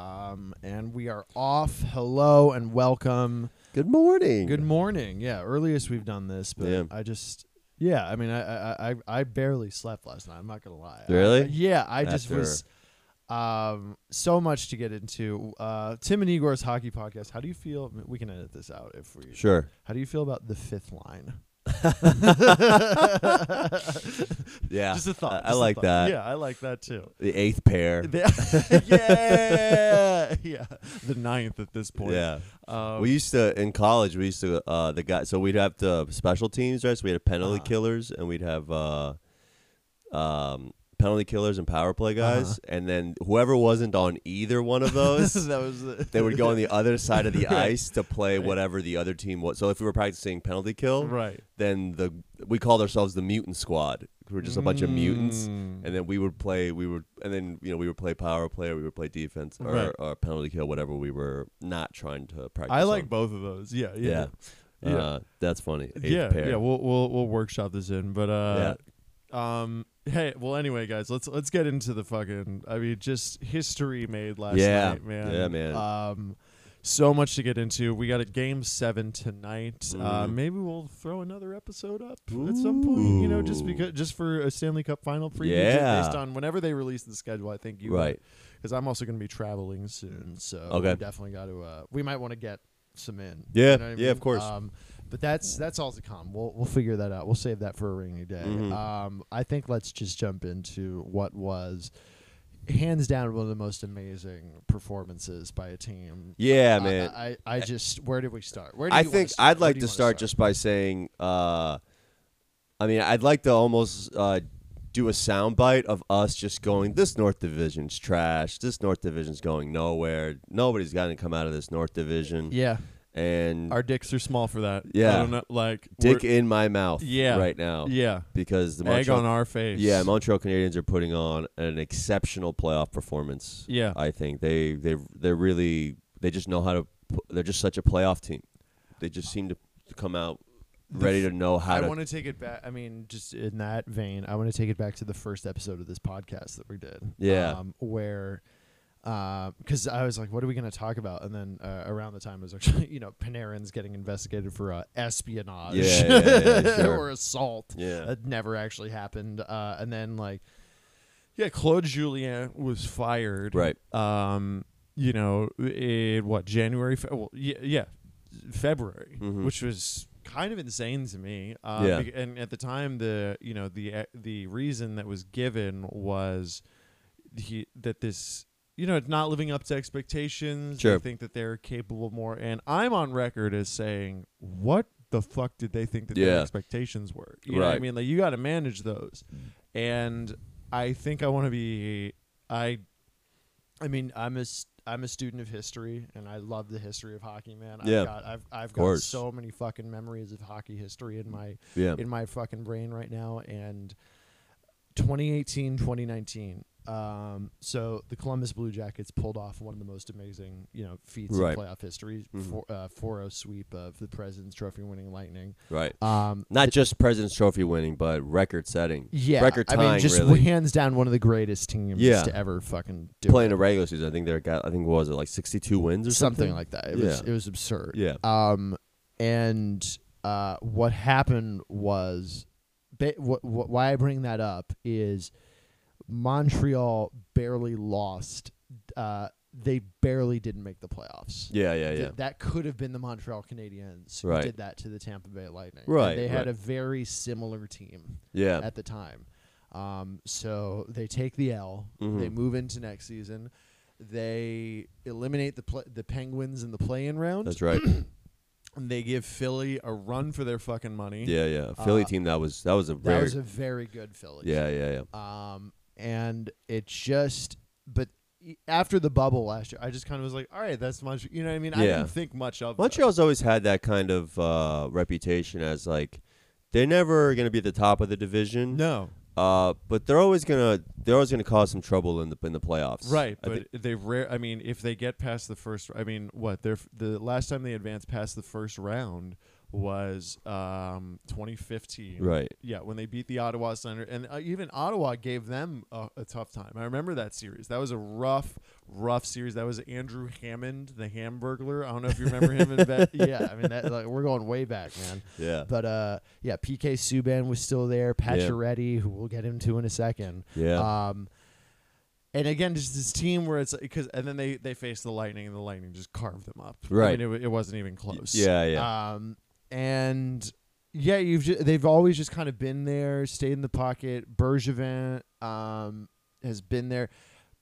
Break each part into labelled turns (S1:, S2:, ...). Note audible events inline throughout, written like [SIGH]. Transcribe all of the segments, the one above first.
S1: Um, and we are off. Hello and welcome.
S2: Good morning.
S1: Good morning. Yeah, earliest we've done this, but
S2: Yeah.
S1: I just yeah. I mean, I I I, I barely slept last night. I'm not gonna lie.
S2: Really?
S1: I- yeah, I just
S2: After-
S1: was. Um, so much to get into. Uh, Tim and Igor's hockey podcast. How do you feel? We can edit this out if we.
S2: Sure.
S1: How do you feel about the fifth
S2: [LAUGHS]
S1: line?
S2: Yeah.
S1: Just a thought.
S2: I, I
S1: just a
S2: like
S1: thought.
S2: that.
S1: Yeah, I like that too.
S2: The eighth pair.
S1: The-
S2: [LAUGHS]
S1: yeah, [LAUGHS] yeah. The ninth at this point.
S2: Yeah.
S1: Um,
S2: we used to in college. We used to uh, the guy. So we'd have the special teams, right? So we had penalty
S1: Uh-huh.
S2: killers, and we'd have uh, um, penalty killers and power play
S1: Uh-huh.
S2: guys, and then whoever wasn't on either one of those.
S1: [LAUGHS] that was. The,
S2: They would go on the other side of the
S1: Right.
S2: ice to play whatever the other team was. So if we were practicing penalty kill,
S1: right.
S2: then the we called ourselves the mutant squad. We were just a bunch of mutants,
S1: Mm.
S2: and then we would play. We would, and then you know we would play power play, or we would play defense, or,
S1: Right.
S2: or penalty kill, whatever we were not trying to practice.
S1: I like
S2: on.
S1: both of those. Yeah, yeah,
S2: Yeah.
S1: yeah.
S2: Uh, that's funny. Eighth
S1: yeah,
S2: pair.
S1: yeah. We'll we'll we'll workshop this in, but uh, um, hey, well, anyway, guys, let's let's get into the fucking. I mean, just history made last
S2: Yeah.
S1: night, man.
S2: Yeah, man.
S1: Um, so much to get into. We got a game seven tonight. Uh,
S2: Mhm.
S1: maybe we'll throw another episode up at some point. You know, just
S2: Ooh.
S1: because just for a Stanley Cup final preview, just
S2: Yeah.
S1: based on whenever they release the schedule. I think you
S2: Right.
S1: because I'm also going to be traveling soon, so
S2: Mm. Okay.
S1: we definitely got to. Uh, we might want to get some in.
S2: Yeah,
S1: know what I
S2: yeah, of
S1: mean?
S2: course.
S1: Um, but that's that's all to come. We'll we'll figure that out. We'll save that for a rainy day.
S2: Mhm.
S1: Um, I think let's just jump into what was hands down one of the most amazing performances by a team.
S2: Yeah,
S1: I-
S2: man. Eh,
S1: I, I, I just where did we start? Where do
S2: I
S1: you wanna
S2: think
S1: start?
S2: I'd
S1: Where
S2: like
S1: do you
S2: to
S1: wanna
S2: start just by saying, uh, I mean, I'd like to almost uh, do a soundbite of us just going, this North Division's trash. This North Division's going nowhere. Nobody's got to come out of this North Division.
S1: yeah.
S2: And
S1: Our dicks are small for that. I
S2: Yeah.
S1: don't know, like
S2: dick
S1: we're-
S2: in my mouth
S1: Yeah.
S2: right now.
S1: Yeah,
S2: Because the
S1: egg
S2: Montreal,
S1: on our face.
S2: yeah, Montreal Canadiens are putting on an exceptional playoff performance.
S1: yeah.
S2: I think they they they're really they just know how to. pu- They're just such a playoff team. They just seem to come out ready to know how
S1: I
S2: to.
S1: want to take it back. I mean, just in that vein, I want to take it back to the first episode of this podcast that we did.
S2: Yeah.
S1: Um, where, because I was like, what are we going to talk about? And then uh, around the time it was actually, [LAUGHS] you know, Panarin's getting investigated for uh, espionage
S2: Yeah, yeah, yeah,
S1: [LAUGHS]
S2: yeah, sure.
S1: or assault.
S2: yeah,
S1: That never actually happened. Uh, and then, like, yeah, Claude Julien was fired
S2: right.
S1: um, you know, in what January? Fe- well, yeah, yeah, February,
S2: Mhm.
S1: which was kind of insane to me. Um,
S2: Yeah.
S1: bec- and at the time, the you know the e-, the reason that was given was he that this you know it's not living up to expectations. They
S2: Sure.
S1: think that they're capable of more, and I'm on record as saying what. The fuck did they think that their
S2: Yeah.
S1: expectations were? You know what I
S2: Right.
S1: mean? Like you got to manage those, and I think I want to be. I I mean, I'm a s- I'm a student of history, and I love the history of hockey, man. I've
S2: Yeah.
S1: got I've I've got
S2: course.
S1: so many fucking memories of hockey history in my
S2: Yeah,
S1: in my fucking brain right now. And 2018, 2019. Um, so the Columbus Blue Jackets pulled off one of the most amazing, you know, feats
S2: Right.
S1: in playoff history,
S2: Mhm.
S1: for, uh, 4-0 sweep of the President's Trophy winning Lightning.
S2: right.
S1: Um,
S2: Not just President's Trophy winning, but record setting.
S1: yeah,
S2: record
S1: I mean,
S2: tying,
S1: just
S2: really.
S1: [LAUGHS] hands down one of the greatest teams
S2: Yeah.
S1: to ever fucking do it.
S2: Playing a regular season, I think they got. I think what was it like sixty-two wins or
S1: something
S2: something,
S1: like that. It was
S2: Yeah.
S1: it was absurd.
S2: Yeah.
S1: Um, and uh, what happened was, ba- wh- wh- why I bring that up is Montreal barely lost. Uh, they barely didn't make the playoffs.
S2: Yeah, yeah, yeah.
S1: Th- that could have been the Montreal Canadiens who
S2: Right.
S1: did that to the Tampa Bay Lightning. And
S2: Right,
S1: they had
S2: right.
S1: a very similar team
S2: yeah,
S1: at the time. Um, so they take the L.
S2: Mhm.
S1: They move into next season. They eliminate the pl- the Penguins in the play-in round. [CLEARS THROAT]
S2: that's right.
S1: And they give Philly a run for their fucking money.
S2: yeah, yeah. Philly team that was that was a
S1: Uh, that
S2: rare.
S1: was a very good Philly.
S2: yeah, yeah, yeah.
S1: Um, and it just, but e- after the bubble last year, I just kind of was like, all right, that's much. You know what I mean? I
S2: Yeah.
S1: didn't think much of them.
S2: Montreal's always had that kind of uh, reputation as like they're never going to be at the top of the division.
S1: No,
S2: Uh, but they're always gonna they're always gonna cause some trouble in the in the playoffs.
S1: Right,
S2: I
S1: but
S2: think-
S1: they rare. I mean, if they get past the first, I mean, what they're the last time they advanced past the first round was um, 2015.
S2: Right.
S1: Yeah, when they beat the Ottawa Center, and uh, even Ottawa gave them a, a tough time. I remember that series. That was a rough, rough series. That was Andrew Hammond, the Hamburglar. I don't know if you remember him. In
S2: [LAUGHS]
S1: Vet-
S3: yeah, I mean, that, like, we're going way back, man.
S2: Yeah.
S3: But uh, yeah, PK Subban was still there. Pacioretty, who we'll get into in a second.
S2: Yeah.
S1: uh,
S3: Um,
S1: and again, just this team where it's because, and then they they faced the Lightning, and the Lightning just carved them up. I
S2: Right.
S1: mean, it, wa- it wasn't even close.
S2: yeah.
S1: uh,
S2: Yeah.
S3: um, and yeah, you've ju- they've always just kind of been there, stayed in the pocket. Bergevin um, has been there.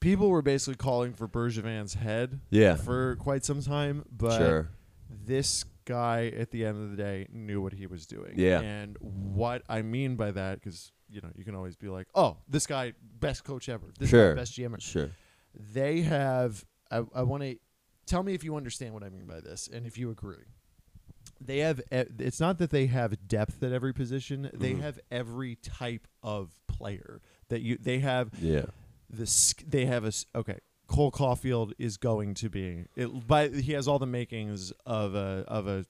S1: People were basically calling for Bergevin's head
S2: yeah.
S1: for quite some time, but
S2: Sure.
S1: this guy at the end of the day knew what he was doing.
S2: Yeah.
S1: And what I mean by that, because you know, you can always be like, "Oh, this guy, best coach ever. This
S2: Sure.
S1: guy, best GM." ever."
S2: Sure.
S1: They have. I, I want to tell me if you understand what I mean by this, and if you agree. They have. e- It's not that they have depth at every position. They
S2: Mhm.
S1: have every type of player that you. They have
S2: Yeah.
S1: the sk- they have a s- okay. Cole Caulfield is going to be it, by he has all the makings of a of a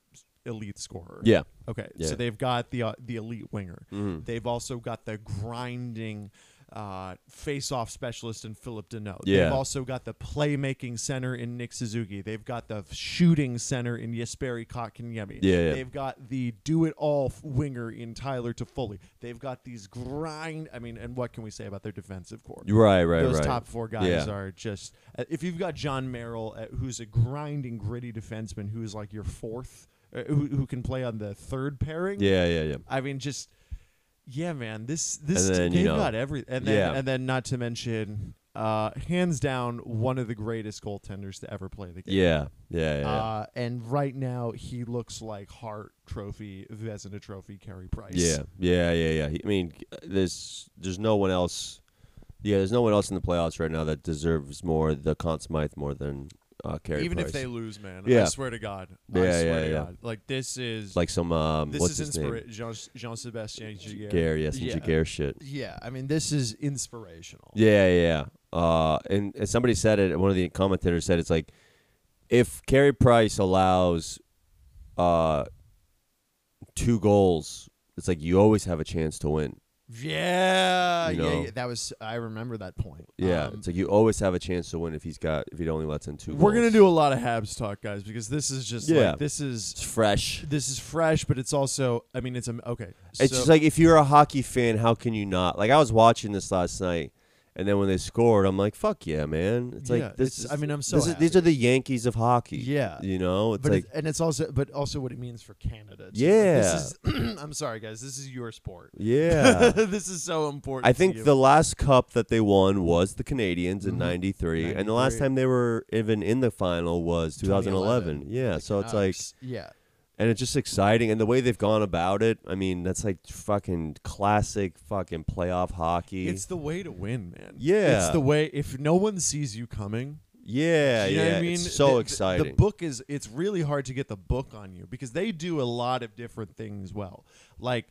S1: elite scorer.
S2: Yeah.
S1: Okay.
S2: Yeah.
S1: So they've got the uh, the elite winger.
S2: Mhm.
S1: They've also got the grinding uh, face-off specialist in Philip Deneau.
S2: Yeah.
S1: They've also got the playmaking center in Nick Suzuki. They've got the shooting center in Jesperi Kotkaniemi.
S2: Yeah, yeah.
S1: They've got the do-it-all f- winger in Tyler Toffoli. They've got these grind. I mean, and what can we say about their defensive core?
S2: Right. Right.
S1: those
S2: right.
S1: top four guys
S2: Yeah.
S1: are just. uh, If you've got John Merrill, uh, who's a grinding, gritty defenseman, who is like your fourth, uh, who, who can play on the third pairing.
S2: Yeah. Yeah. Yeah.
S1: I mean, just yeah, man. This this
S2: And then, you
S1: they've
S2: know,
S1: got every, and then
S2: yeah.
S1: and then not to mention, uh, hands down, one of the greatest goaltenders to ever play the game.
S2: Yeah. Yeah. Yeah.
S1: Uh, and right now he looks like Hart Trophy, Vezina Trophy, Carey Price.
S2: Yeah, yeah, yeah, yeah. He- I mean, there's there's no one else. Yeah, there's no one else in the playoffs right now that deserves more the Conn Smythe more than uh, Carey
S1: Even
S2: Price.
S1: if they lose, man, I
S2: Yeah.
S1: swear to God, I
S2: Yeah,
S1: swear
S2: yeah,
S1: to
S2: yeah.
S1: God, like this is
S2: like some um,
S1: this
S2: what's
S1: is
S2: his name?
S1: inspiration. Jean Jean Sebastien Giguere.
S2: Gare, yes, and
S3: Yeah.
S2: Jaguar shit.
S3: Yeah, I mean, this is inspirational.
S2: Yeah, yeah. yeah. Uh, and, and somebody said it. One of the commentators said it's like if Carey Price allows uh two goals, it's like you always have a chance to win.
S3: Yeah,
S2: You
S3: yeah,
S2: know?
S3: yeah, that was I remember that point.
S2: Yeah,
S3: Um,
S2: it's like you always have a chance to win if he's got if he only lets in two.
S1: We're gonna
S2: goals.
S1: do a lot of Habs talk, guys, because this is just
S2: Yeah.
S1: like this is
S2: It's fresh.
S1: this is fresh, but it's also I mean it's a okay.
S2: It's
S1: so-
S2: just like if you're a hockey fan, how can you not? Like I was watching this last night, and then when they scored, I'm like, "Fuck yeah, man!" It's
S1: Yeah,
S2: like this.
S1: it's-
S2: is,
S1: I mean, I'm so
S2: this is- these
S1: happy.
S2: are the Yankees of hockey.
S3: Yeah.
S2: you know, it's
S3: but
S2: like
S3: it- and it's also but also what it means for Canada. too. Like,
S1: [CLEARS THROAT]
S3: this is I'm sorry guys, this is your sport.
S1: [LAUGHS]
S2: yeah.
S3: this is so important.
S2: I
S3: to
S2: think
S3: you.
S2: the last cup that they won was the Canadians
S1: Mm-hmm.
S2: in
S3: Mhm.
S2: '93, and the last
S3: 93.
S2: time they were even in the final was 2011. Yeah, so
S1: ah,
S2: it's like,
S3: Canucks. yeah,
S2: and it's just exciting, and the way they've gone about it. I mean, that's like fucking classic fucking playoff hockey.
S1: It's the way to win, man.
S2: Yeah.
S1: It's the way if no one sees you coming.
S2: yeah,
S1: you know
S2: yeah,
S1: what I mean?
S2: it's so
S1: The- the-
S2: exciting.
S1: The book is it's really hard to get the book on you because they do a lot of different things well. Like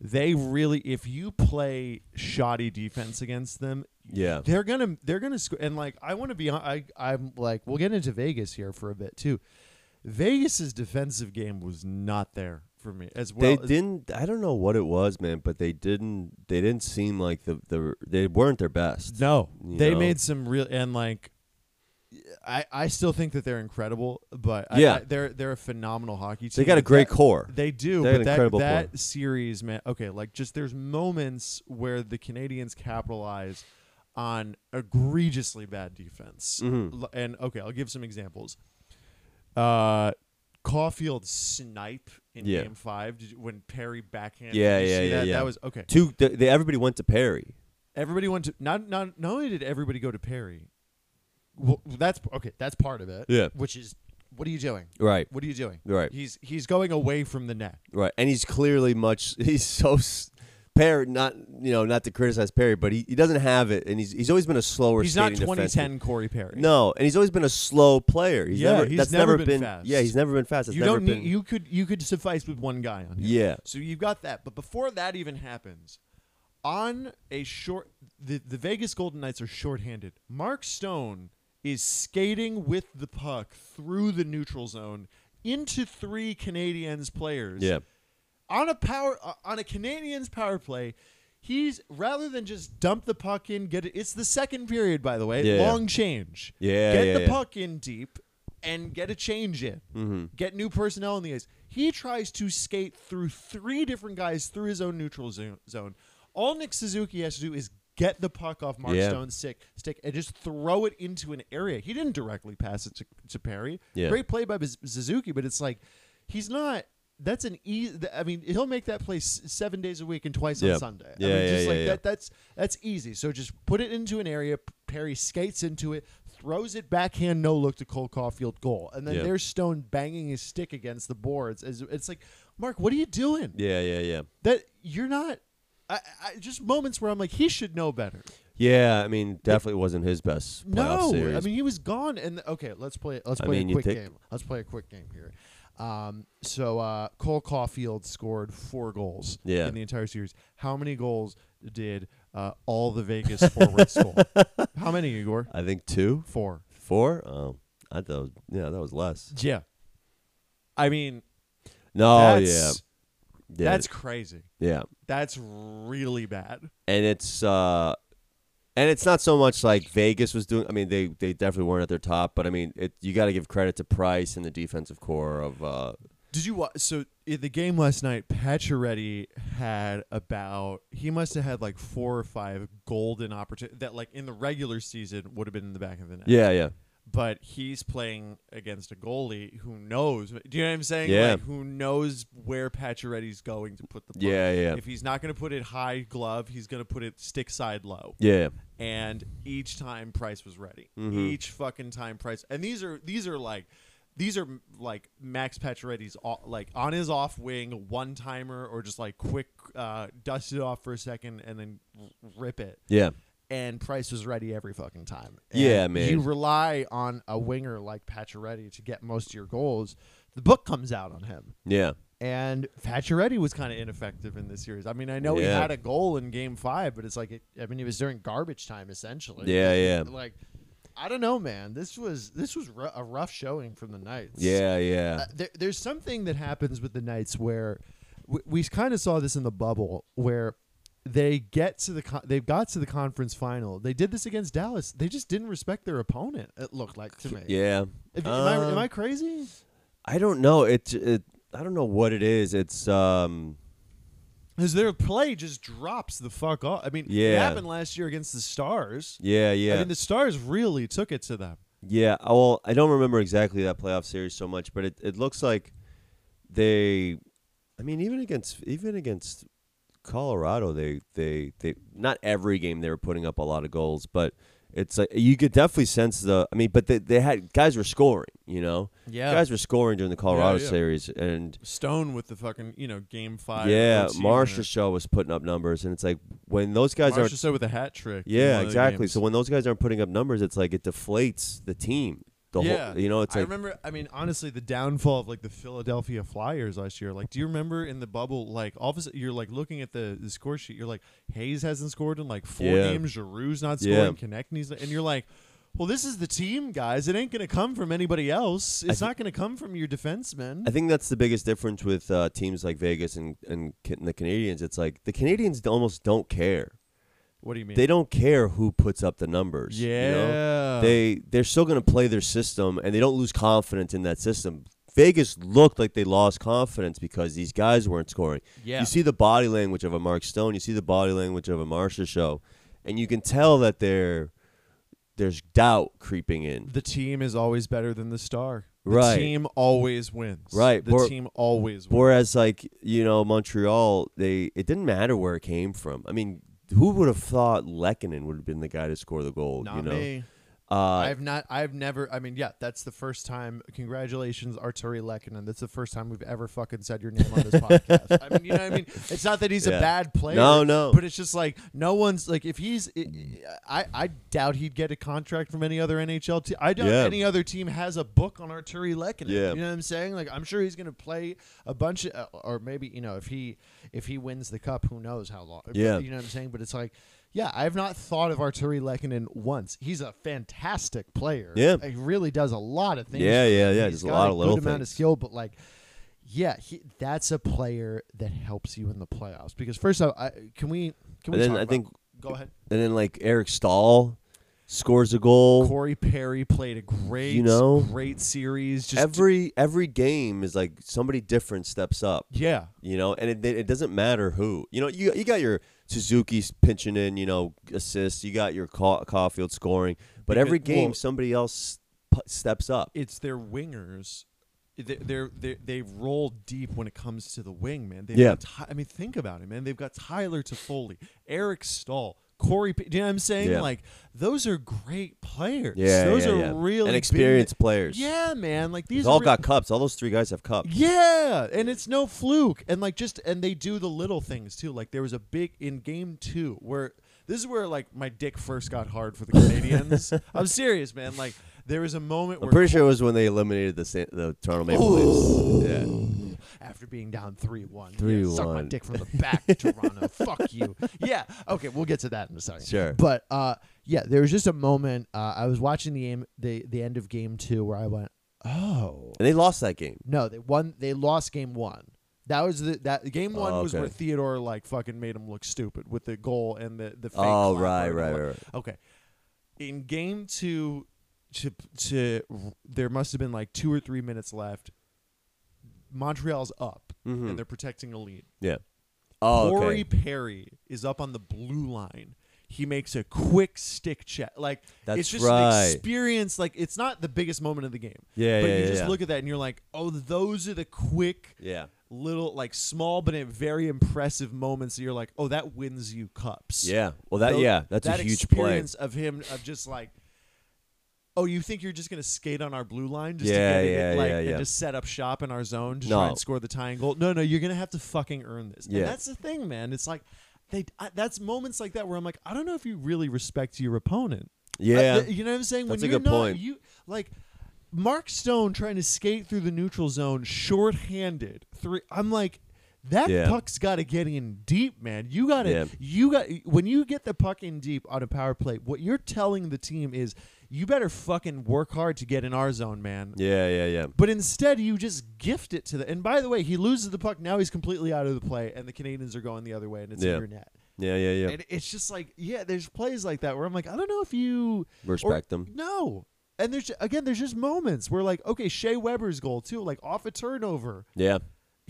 S1: they really if you play shoddy defense against them,
S2: yeah,
S1: they're gonna they're gonna score and like
S3: I want to be. hon- I I'm like we'll get into Vegas here for a bit too.
S1: Vegas's defensive game was not there for me as well.
S2: they
S1: as-
S2: didn't i don't know what it was man but they didn't they didn't seem like the, the they weren't their best
S1: No,
S2: you
S1: they
S2: know?
S1: made some real and like. I, I still think that they're incredible, but I-
S2: Yeah.
S1: I- they're they're a phenomenal hockey team.
S2: they got a
S1: But
S2: great
S1: that-
S2: core
S1: They do,
S2: They had
S1: but
S2: an
S1: that,
S2: incredible
S1: that
S2: core.
S1: series, man. Okay, like just there's moments where the Canadians capitalize on egregiously bad defense.
S2: Mhm.
S1: L- And okay, I'll give some examples. Uh, Caulfield's snipe in
S2: Yeah.
S1: Game Five did you- when Perry backhanded.
S2: Yeah,
S1: did you
S2: yeah,
S1: see
S2: yeah,
S1: that?
S2: yeah.
S1: That was okay.
S2: two they, they, everybody went to perry
S1: Everybody went to not not not only did everybody go to Perry. Well,
S3: That's okay. That's part of it.
S2: Yeah.
S3: which is what are you doing?
S2: right
S1: what are you doing?
S2: right
S1: He's he's going away from the net.
S2: right and he's clearly much [LAUGHS] he's so s- perry not you know not to criticize perry but he, he doesn't have it and he's he's always been a slower
S1: He's not
S2: skating
S1: 2010
S2: defenseman.
S1: Corey Perry.
S2: no and he's always been a slow player he's
S1: Yeah,
S2: never
S1: he's
S2: that's
S1: never
S2: never,
S1: been
S2: been,
S1: fast.
S2: yeah he's never been fast that's
S1: you
S2: never
S1: don't
S2: been
S1: need. You could you could suffice with one guy on. Here.
S2: yeah
S1: So you've got that, but before that even happens, on a short, the the Vegas Golden Knights are shorthanded. Mark Stone is skating with the puck through the neutral zone into three Canadians players.
S2: Yeah.
S1: on a power uh, on a Canadian's power play, he's rather than just dump the puck in, get it. It's the second period, by the way.
S2: Yeah, yeah.
S1: Long change.
S2: Yeah,
S1: get
S2: yeah,
S1: the
S2: yeah. Mm-hmm.
S1: puck in deep and get a change in. Get new personnel in the ice. He tries to skate through three different guys through his own neutral zo- zone. All Nick Suzuki has to do is get the puck off Mark
S2: Yeah.
S1: Stone's stick, stick and just throw it into an area. He didn't directly pass it to, to Perry.
S2: Yeah.
S1: Great play by Baz- Suzuki, but it's like he's not. That's an easy. I mean, he'll make that play s- seven days a week and twice
S2: Yeah.
S1: on Sunday.
S2: Yeah,
S1: I mean,
S2: yeah,
S1: just
S2: yeah,
S1: like
S2: yeah.
S1: That, that's that's easy. So just put it into an area. P- Perry skates into it, throws it backhand, no look to Cole Caulfield goal, and then
S2: Yeah.
S1: there's Stone banging his stick against the boards. As it's like, Mark, what are you doing?
S2: Yeah, yeah, yeah.
S1: That you're not. I, I just moments where I'm like, he should know better.
S2: Yeah, I mean, definitely wasn't his best playoff
S1: No,
S2: series.
S1: I mean he was gone. And okay, let's play. Let's
S2: I
S1: play
S2: mean,
S1: a
S2: you
S4: quick
S1: quick
S2: take-
S4: game.
S1: game. Let's play a quick game here. Um, so uh, Cole Caulfield scored four goals
S2: Yeah.
S1: in the entire series. How many goals did uh, all the Vegas forwards
S2: [LAUGHS]
S1: score? How many, Igor?
S2: I think two,
S1: Four.
S2: four. Oh, I thought, it was, yeah, that was less.
S1: Yeah. I mean,
S2: No,
S1: that's,
S2: Oh, yeah, yeah,
S1: that's crazy.
S2: yeah,
S1: That's really bad.
S2: and it's uh, and it's not so much like Vegas was doing. I mean, they they definitely weren't at their top, but I mean, it, you got to give credit to Price and the defensive core of uh,
S1: Did you watch? So in the game last night, Pacioretty had about he must have had like four or five golden opportunities that like in the regular season would have been in the back of the net.
S2: yeah, yeah,
S1: But he's playing against a goalie who knows. Do you know what I'm saying?
S2: Yeah.
S1: Like, who knows where Pacioretty's going to put the puck?
S2: Yeah, yeah.
S1: If he's not going to put it high glove, he's going to put it stick side low
S2: yeah,
S1: and each time price was ready
S2: Mm-hmm.
S1: each fucking time price and these are these are like these are like max pacioretty's o- like on his off wing one timer or just like quick uh dust it off for a second and then r- rip it
S2: yeah,
S1: and price was ready every fucking time And
S2: Yeah, man.
S1: you rely on a winger like pacioretty to get most of your goals the book comes out on him
S2: yeah.
S1: and Pacioretty was kind of ineffective in this series. I mean, I know he
S2: Yeah.
S1: had a goal in Game Five, but it's like, it, I mean, it was during garbage time essentially.
S2: Yeah, yeah.
S1: Like, I don't know, man. This was this was ru- a rough showing from the Knights.
S2: Yeah, yeah,
S1: Uh, there, there's something that happens with the Knights where we, we kind of saw this in the bubble where they get to the con- they've got to the conference final. They did this against Dallas. They just didn't respect their opponent. It looked like to me.
S2: yeah.
S1: If- am, I, am
S2: Um,
S1: I crazy?
S2: I don't know. It, it I don't know what it is. It's um
S1: Because their play just drops the fuck off. I mean, it
S2: Yeah.
S1: happened last year against the Stars.
S2: yeah, yeah.
S1: I mean, the Stars really took it to them.
S2: Yeah, I- well, I don't remember exactly that playoff series so much, but it, it looks like they I mean even against even against Colorado, they they they not every game they were putting up a lot of goals, but it's like you could definitely sense the I mean, but they they had guys were scoring, you know.
S1: Yeah.
S2: Guys were scoring during the Colorado
S1: yeah.
S2: series and
S1: Stone with the fucking, you know, game five.
S2: yeah,
S1: OT
S2: Marcia
S1: winner.
S2: Show was putting up numbers and it's like when those guys aren't
S1: Marcia said with a hat trick. in one
S2: Yeah,
S1: of the
S2: exactly.
S1: games.
S2: So when those guys aren't putting up numbers, it's like it deflates the team. The
S1: yeah.
S2: whole, you know, it's
S1: I
S2: like
S1: remember, I mean, honestly, the downfall of like the Philadelphia Flyers last year. Like, do you remember in the bubble, like, all of a sudden, you're like looking at the, the score sheet, you're like, Hayes hasn't scored in like four
S2: Yeah.
S1: games, Giroux's not
S2: Yeah.
S1: scoring, Konechny's not, and you're like, well, this is the team, guys. It ain't going to come from anybody else. It's
S2: thi-
S1: not going to come from your defensemen.
S2: I think that's the biggest difference with uh, teams like Vegas and and, Ca- and the Canadians. It's like the Canadians almost don't care.
S1: what do you mean?
S2: They don't care who puts up the numbers. you
S1: yeah.
S2: know? they they're still going to play their system and they don't lose confidence in that system. Vegas looked like they lost confidence because these guys weren't scoring.
S1: Yeah.
S2: You see the body language of a Mark Stone, you see the body language of a Marsha show, and you can tell that there there's doubt creeping in.
S1: the team is always better than the star. The
S2: Right.
S1: team always wins.
S2: Right.
S1: The
S2: We're-
S1: team always wins.
S2: Whereas like, you know, Montreal, they it didn't matter where it came from. I mean, who would have thought Lekanen would have been the guy to score the goal,
S1: Not
S2: you know?
S1: me.
S2: Uh
S1: I've not. I've never. I mean, yeah, that's the first time. Congratulations, Arturi Lekkonen. That's the first time we've ever fucking said your name on
S2: [LAUGHS]
S1: this podcast. I mean, you know, what I mean, it's not that he's
S2: Yeah.
S1: a bad player.
S2: No, no.
S1: But it's just like no one's like if he's. I I doubt he'd get a contract from any other NHL team. I doubt
S2: Yeah.
S1: any other team has a book on Arturi Lekkonen.
S2: Yeah.
S1: You know what I'm saying? Like I'm sure he's gonna play a bunch uh, of, or maybe you know if he if he wins the cup, who knows how long?
S2: Yeah.
S1: You know what I'm saying? But it's like
S5: Yeah, I've not thought of Arturi Lekkinen once. He's a fantastic player.
S2: Yeah.
S5: he really does a lot of things.
S2: Yeah,
S5: for
S2: yeah,
S5: you.
S2: yeah,
S5: He's
S2: just a
S5: got
S2: lot
S5: a
S2: of little
S5: good amount of
S2: things.
S5: skill, but like, yeah, he, that's a player that helps you in the playoffs. Because first off, I, can we can we
S2: And then
S5: talk
S2: I
S5: about-
S2: think-
S5: go ahead.
S2: And then like Eric Stahl scores a goal.
S1: Corey Perry played a great,
S2: You know,
S1: great series. Just
S2: every every game is like somebody different steps up.
S1: yeah,
S2: You know, and it, it doesn't matter who. You know, you you got your Suzuki's pinching in, you know, assists. You got your Caw- Caulfield scoring, but
S1: Because-
S2: every game
S1: well-
S2: somebody else p- steps up.
S1: it's their wingers. They they're, they they roll deep when it comes to the wing, man. They've
S2: Yeah.
S1: got Ty- I mean, think about it, man. They've got Tyler Toffoli, Eric Stahl, Corey. P- you know what I'm saying?
S2: Yeah.
S1: Like those are great players.
S2: yeah,
S1: those
S2: yeah,
S1: are
S2: yeah.
S1: really big-
S2: and experienced players.
S1: Yeah, man. Like
S2: These
S1: these are
S2: all
S1: re-
S2: got cups. All those three guys have cups.
S1: Yeah, and it's no fluke. And like just and they do the little things too. Like there was a big in game 2 where this is where like my dick first got hard for the
S2: [LAUGHS]
S1: Canadians. I'm serious, man. Like there was a moment
S2: I'm
S1: where
S2: pretty sure it was when they eliminated the San- the Toronto Maple Leafs. Yeah.
S5: after being down three one. suck my
S2: 3-1.
S5: dick from the [LAUGHS] back, Toronto. Fuck you. Yeah. Okay, we'll get to that in a second.
S2: Sure.
S5: But uh, yeah, there was just a moment. Uh, I was watching the game, the the end of game two, where I went, oh
S2: And they lost that game.
S5: no, they won. They lost game one. That was the that game one
S2: Oh,
S5: was where
S2: okay.
S5: Theodore like fucking made him look stupid with the goal and the the fake.
S2: Oh,
S5: clapper
S2: right,
S5: and
S2: right,
S5: all
S2: right,
S5: that.
S2: right.
S5: Okay.
S1: in game two, to to there must have been like two or three minutes left. Montreal's up
S2: Mhm.
S1: and they're protecting a lead.
S2: Yeah. Oh,
S1: Corey
S2: okay.
S1: Perry is up on the blue line. He makes a quick stick check. Like
S2: That's
S1: it's just
S2: right.
S1: an experience. Like it's not the biggest moment of the game.
S2: Yeah,
S1: But
S2: yeah,
S1: you
S2: yeah,
S1: just
S2: yeah.
S1: look at that and you're like, oh, those are the quick
S2: Yeah.
S1: little like small but very impressive moments that you're like, oh, that wins you cups.
S2: Yeah. Well, that
S1: Tho-
S2: yeah, that's
S1: that
S2: a huge play.
S1: experience of him of just like oh you think you're just gonna skate on our blue line just
S2: Yeah,
S1: to get
S2: yeah,
S1: it, like
S2: yeah, yeah.
S1: and just set up shop in our zone to
S2: No.
S1: try and score the tying goal no no you're gonna have to fucking earn this
S2: Yeah.
S1: and that's the thing man it's like they I, that's moments like that where I'm like I don't know if you really respect your opponent I-
S2: Yeah.
S1: th- you know what I'm saying?
S2: That's a
S1: when you're
S2: good
S1: not,
S2: point.
S1: You like Mark Stone trying to skate through the neutral zone shorthanded. Three. I'm like. That
S2: Yeah.
S1: puck's got to get in deep, man. You got to
S2: Yeah.
S1: you got when you get the puck in deep on a power play, what you're telling the team is you better fucking work hard to get in our zone, man.
S2: Yeah, yeah, yeah.
S1: But instead, you just gift it to the. And by the way, he loses the puck. Now he's completely out of the play, and the Canadians are going the other way, and it's
S2: Yeah.
S1: in your net.
S2: Yeah, yeah, yeah.
S1: And it's just like, yeah, there's plays like that where I'm like, I don't know if you
S2: Respect them.
S1: No. And there's again, there's just moments where like, okay, Shea Weber's goal too, like off a turnover,
S2: Yeah.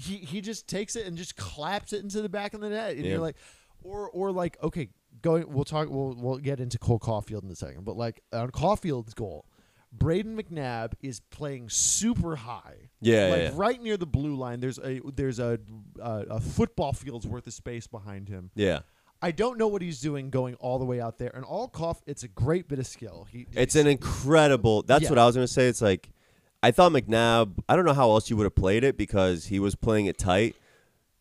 S1: he he just takes it and just claps it into the back of the net, and
S2: Yeah.
S1: you're like,
S5: or or like okay going we'll talk we'll we'll get into cole caulfield in a second but like on caulfield's goal braden mcnabb is playing super high
S2: Yeah,
S5: like
S2: yeah, yeah.
S5: right near the blue line there's a there's a a, a football field's worth of space behind him
S2: Yeah.
S5: i don't know what he's doing going all the way out there and all cough it's a great bit of skill he
S2: It's an incredible. That's
S5: Yeah.
S2: what I was gonna say. It's like, I thought McNabb. I don't know how else you would have played it because he was playing it tight.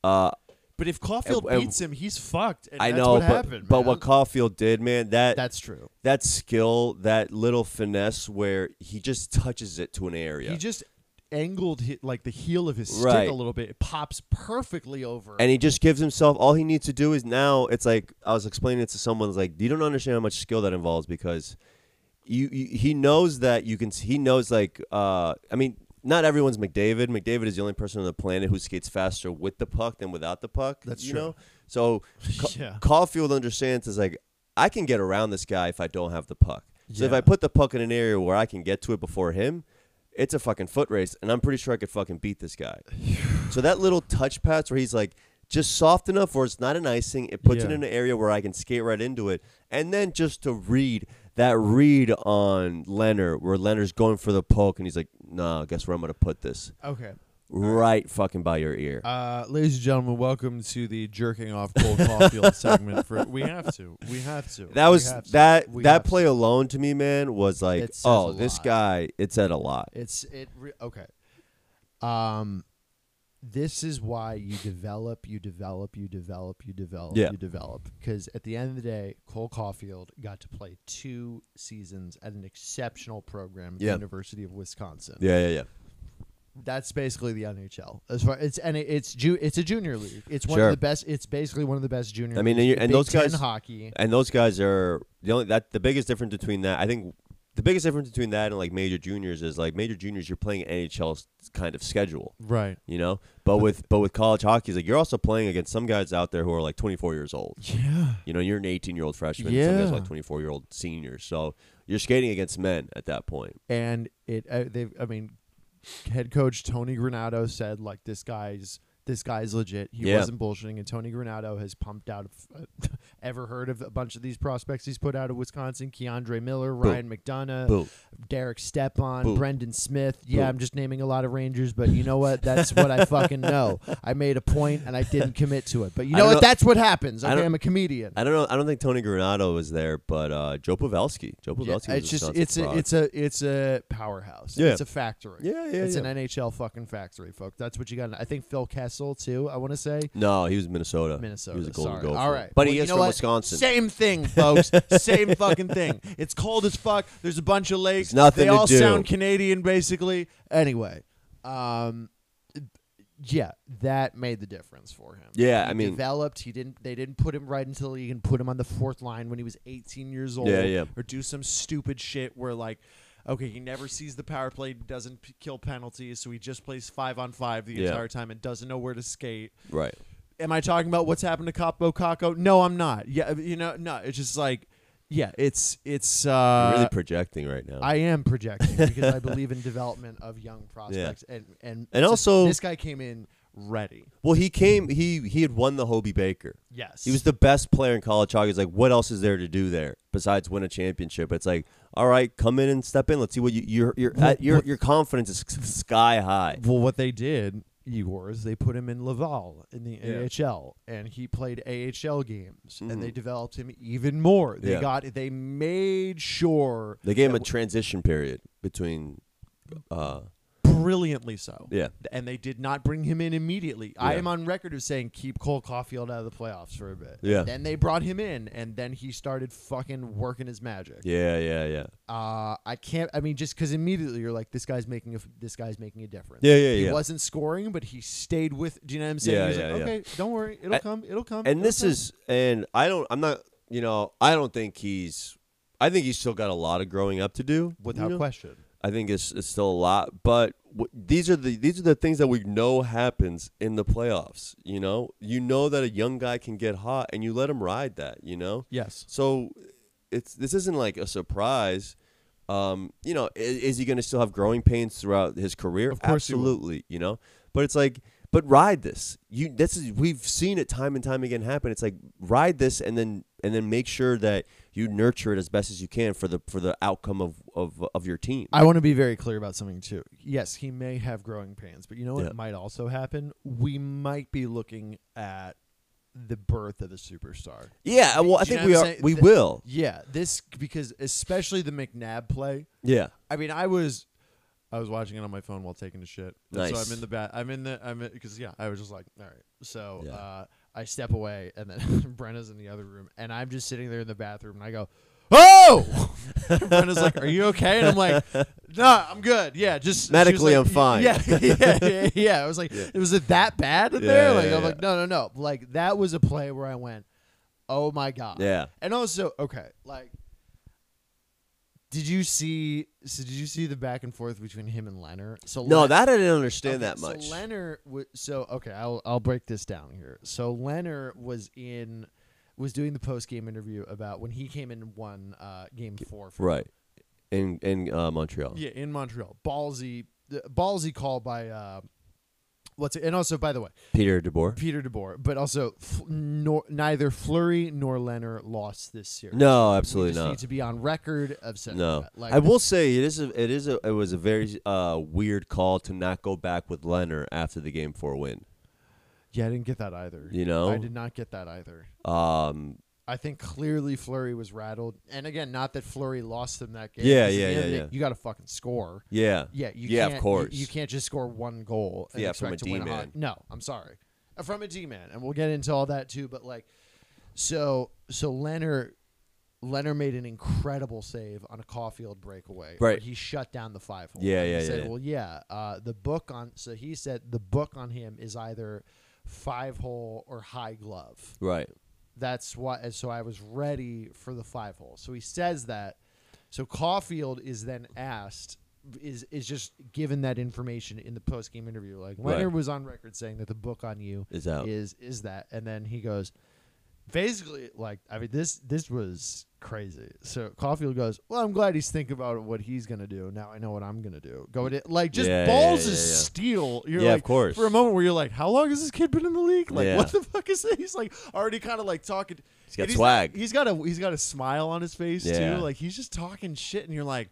S2: Uh,
S1: but if Caulfield
S2: And- and-
S1: beats him, he's fucked. And
S2: I
S1: that's
S2: know,
S1: what
S2: but
S1: happened.
S2: but
S1: man.
S2: what Caulfield did, man, that
S5: that's true
S2: that skill, that little finesse where he just touches it to an area,
S1: he just angled hit, like the heel of his
S2: Right.
S1: stick a little bit, it pops perfectly over.
S2: and he just gives himself all he needs to do is now. It's like I was explaining it to someone. It's like you don't understand how much skill that involves because you, you he knows that you can. s- He knows like uh, I mean. Not everyone's McDavid. McDavid is the only person on the planet who skates faster with the puck than without the puck.
S5: That's
S2: you
S5: true.
S2: Know?
S5: [LAUGHS]
S2: So Ca-
S1: Yeah.
S2: Caulfield understands is like I can get around this guy if I don't have the puck. So if
S5: Yeah.
S2: I put the puck in an area where I can get to it before him, it's a fucking foot race, and I'm pretty sure I could fucking beat this guy. so that little touch pass where he's like just soft enough where it's not an icing, it puts it
S5: Yeah.
S2: in an area where I can skate right into it, and then just to read that read on Leonard where Leonard's going for the poke, and he's like, "Nah, guess where I'm gonna put this."
S5: okay
S2: Right, fucking by your ear.
S1: Uh, ladies and gentlemen, welcome to the jerking off
S2: [LAUGHS]
S1: cold Caulfield segment. For we have to, we have to.
S2: That
S1: We
S2: was
S1: have to.
S2: that
S5: We have
S2: that
S5: to.
S2: play alone to me, man, was like,
S5: It says
S2: oh,
S5: a
S2: this
S5: lot.
S2: guy, it said a lot.
S5: It's it re- okay. Um this is why you develop, you develop, you develop, you develop,
S2: Yeah.
S5: you develop. Because at the end of the day, Cole Caulfield got to play two seasons at an exceptional program, at the
S2: Yeah.
S5: University of Wisconsin.
S2: Yeah, yeah, yeah.
S1: that's basically the NHL. As far it's and it, it's ju- it's a junior league. It's one
S2: Sure.
S1: of the best. It's basically one of the best junior.
S2: I mean,
S1: leagues.
S2: and you-
S1: The
S2: and
S1: Big
S2: those guys-
S1: Ten hockey.
S2: And those guys are the only that the biggest difference between that. I think the biggest difference between that and like major juniors is like major juniors you're playing NHL 's kind of schedule,
S1: Right.
S2: you know. But with but with college hockey, it's like you're also playing against some guys out there who are like 24 years old.
S1: Yeah.
S2: You know, you're an 18 year old freshman. and Some guys are
S1: Yeah.
S2: like 24 year old seniors. So you're skating against men at that point.
S1: And it uh, they I mean, head coach Tony Granado said like this guy's this guy's legit. He
S2: Yeah.
S1: wasn't bullshitting. And Tony Granado has pumped out. Of, [LAUGHS] ever heard of a bunch of these prospects he's put out of Wisconsin? Keandre Miller, Ryan McDonough.
S2: Boom.
S1: Derek Stepan,
S2: Boo.
S1: Brendan Smith. Yeah,
S2: Boo.
S1: I'm just naming a lot of Rangers, but you know what? That's what I fucking
S2: [LAUGHS]
S1: know. I made a point and I didn't commit to it. But you know
S2: I don't
S1: what?
S2: know-
S1: That's what happens.
S2: I
S1: Okay,
S2: don't-
S1: I'm a comedian.
S2: I don't know. I don't think Tony Granado was there, but uh, Joe Pavelski. Joe
S1: Yeah,
S2: Pavelski. was
S1: it's just
S2: Wisconsin
S1: it's a
S2: product.
S1: it's a it's a powerhouse.
S2: Yeah.
S1: It's a factory.
S2: Yeah, yeah,
S1: It's
S2: yeah.
S1: an NHL fucking factory, folks. That's what you got. I think Phil Kessel too. I want to say
S2: no. He was in Minnesota.
S1: Minnesota.
S2: He was a Golden
S1: sorry.
S2: Gopher.
S1: All right,
S2: but
S1: Well,
S2: he
S1: you
S2: is
S1: know
S2: from
S1: what?
S2: Wisconsin.
S6: Same
S2: [LAUGHS]
S6: thing, folks. Same fucking thing. It's cold as fuck. There's a bunch of lakes.
S2: There's nothing
S6: they
S2: to
S6: all
S2: do.
S6: sound Canadian, basically.
S1: Anyway, um, yeah, that made the difference for him.
S2: Yeah,
S1: He
S2: I mean-
S1: developed. He didn't. They didn't put him right into the league and put him on the fourth line when he was 18 years old.
S2: Yeah, yeah.
S6: Or do some stupid shit where like, okay, he never sees the power play, doesn't p- kill penalties, so he just plays five on five the
S2: Yeah.
S6: entire time and doesn't know where to skate.
S2: Right.
S6: Am I talking about what's happened to Capo Caco? No, I'm not. Yeah, you know, no. It's just like, yeah, it's it's. uh
S2: You're really projecting right now.
S1: I am projecting
S2: [LAUGHS]
S1: because I believe in development of young prospects, and and
S2: And also-
S1: this guy came in ready.
S2: well, he came. He he had won the Hobie Baker.
S1: Yes,
S2: He was the best player in college hockey. It's like, what else is there to do there besides win a championship? It's like, all right, come in and step in. Let's see what you, your your
S1: Well,
S2: at- your
S1: what-
S2: your confidence is sky high.
S1: Well, what they did, Igor, is they put him in Laval in the AHL, and he played AHL games, and they developed him even more. They
S2: Mm-hmm. Yeah.
S1: got, they made sure,
S2: They gave him a transition period between. Uh,
S6: brilliantly so.
S2: Yeah.
S6: And they did not bring him in immediately. I
S2: Yeah.
S6: am on
S1: on record of saying, keep Cole Caulfield out of the playoffs for a bit.
S2: Yeah.
S1: Then they brought him in, and then he started fucking working his magic.
S2: yeah, yeah, yeah,
S1: Uh, I can't. I mean, just because immediately you're like, this guy's making a f- this guy's making a difference.
S2: Yeah, yeah,
S1: He
S2: yeah.
S1: wasn't scoring, but he stayed with. Do you know what I'm saying?
S2: Yeah,
S1: He was
S2: yeah,
S1: like,
S2: yeah.
S1: Okay, don't worry, it'll
S2: And-
S1: come, it'll come.
S2: And
S1: it'll
S2: this
S1: come."
S2: is, and I don't, I'm not, you know, I don't think he's, I think he's still got a lot of growing up to do.
S1: without
S2: you know?
S1: question.
S2: I think it's, it's still a lot, but w- these are the these are the things that we know happens in the playoffs. You know, you know that a young guy can get hot, and you let him ride that. You know,
S1: Yes.
S2: so it's this isn't like a surprise. Um, you know, is, is he going to still have growing pains throughout his career?
S1: Of course he will.
S2: absolutely. You know, but it's like, but ride this. You this is we've seen it time and time again happen. It's like ride this, and then and then make sure that you nurture it as best as you can for the for the outcome of of of your team.
S1: I want to be very clear about something too. Yes, he may have growing pains, but you know what
S2: Yeah.
S1: might also happen? We might be looking at the birth of a superstar.
S2: Yeah, well, I
S1: Do you
S2: think
S1: know
S2: we
S1: what
S2: are.
S1: I'm saying?
S2: We
S1: Th-
S2: will.
S1: Yeah, this because especially the McNabb play.
S2: Yeah,
S1: I mean, I was
S6: I was watching it on my phone while taking a shit.
S2: Nice.
S6: So I'm in the bat. I'm in the. I'm because yeah, I was just like, all right.
S1: so
S2: Yeah.
S1: uh, I step away and then [LAUGHS] Brenna's in the other room and I'm just sitting there in the bathroom and I go, "Oh!" [LAUGHS]
S6: Brenda's like, are you okay? And I'm like, nah, I'm good. Yeah, just she was
S2: Medically,
S6: like-
S2: I'm fine.
S1: Yeah, [LAUGHS] yeah, yeah,
S2: [LAUGHS]
S1: yeah. I was like,
S2: Yeah.
S1: was it that bad in
S2: Yeah,
S1: there? Like,
S2: yeah,
S1: I'm
S2: yeah.
S1: like, no, no, no. Like that was a play where I went, oh my god.
S2: Yeah.
S1: And also, okay, like, did you see? So did you see the back and forth between him and Leonard? So
S2: No,
S1: Len-
S2: that I didn't understand
S1: okay,
S2: that much.
S1: So Leonard was so okay. I'll I'll break this down here. So Leonard was in was doing the post game interview about when he came in and won uh, game four. For
S2: right, in in uh, Montreal.
S1: yeah, in Montreal, ballsy, the ballsy call by uh, what's it? And also, by the way,
S2: Peter DeBoer.
S1: Peter DeBoer, but also f- nor, neither Flurry nor Leonard lost this series.
S2: No,
S1: we
S2: absolutely
S1: just
S2: not.
S1: Need to be on record of saying
S2: No,
S1: that. Like,
S2: I will say it is a, it is a, it was a very uh, weird call to not go back with Leonard after the game four win.
S1: yeah, I didn't get that either.
S2: You know?
S1: I did not get that either.
S2: Um,
S1: I think clearly Flurry was rattled, and again, not that Flurry lost them that game.
S2: Yeah,
S1: because at
S2: yeah,
S1: the end of
S2: yeah,
S1: the
S2: yeah.
S1: day, You got to fucking score.
S2: yeah,
S1: Yeah, you
S2: yeah,
S1: can't,
S2: of
S1: you-
S2: course,
S1: You, can't just score one goal. And
S2: Yeah, from
S1: expect
S2: a
S1: to win
S2: D-man.
S1: hockey. No, I'm sorry, Uh, from a D man, and we'll get into all that too. But like, so so Leonard Leonard made an incredible save on a Caulfield breakaway. where
S2: Right.
S1: He shut down the five hole.
S2: Yeah,
S1: And
S2: yeah,
S1: he
S2: yeah,
S1: said,
S2: yeah.
S1: Well, yeah. Uh, the book on so he said the book on him is either five hole or high glove.
S2: Right.
S1: That's what. and So I was ready for the five hole. So he says that. So Caulfield is then asked. Is is just given that information in the post game interview. Like
S2: Right.
S1: Leonard was on record saying that the book on you
S2: Is out.
S1: is is that and then he goes basically like i mean this this was crazy so caulfield goes well i'm glad he's thinking about what he's gonna do now i know what i'm gonna do go to like just
S2: Yeah, yeah,
S1: balls
S2: yeah,
S1: is
S2: yeah, yeah.
S1: steel you're
S2: Yeah, of
S1: like-
S2: course.
S1: for a moment where you're like how long has this kid been in the league like
S2: Yeah.
S1: what the fuck is this he's like already kind of like talking
S2: He's got
S1: and
S2: swag.
S1: he's got a he's got a smile on his face
S2: Yeah.
S1: too like he's just talking shit and you're like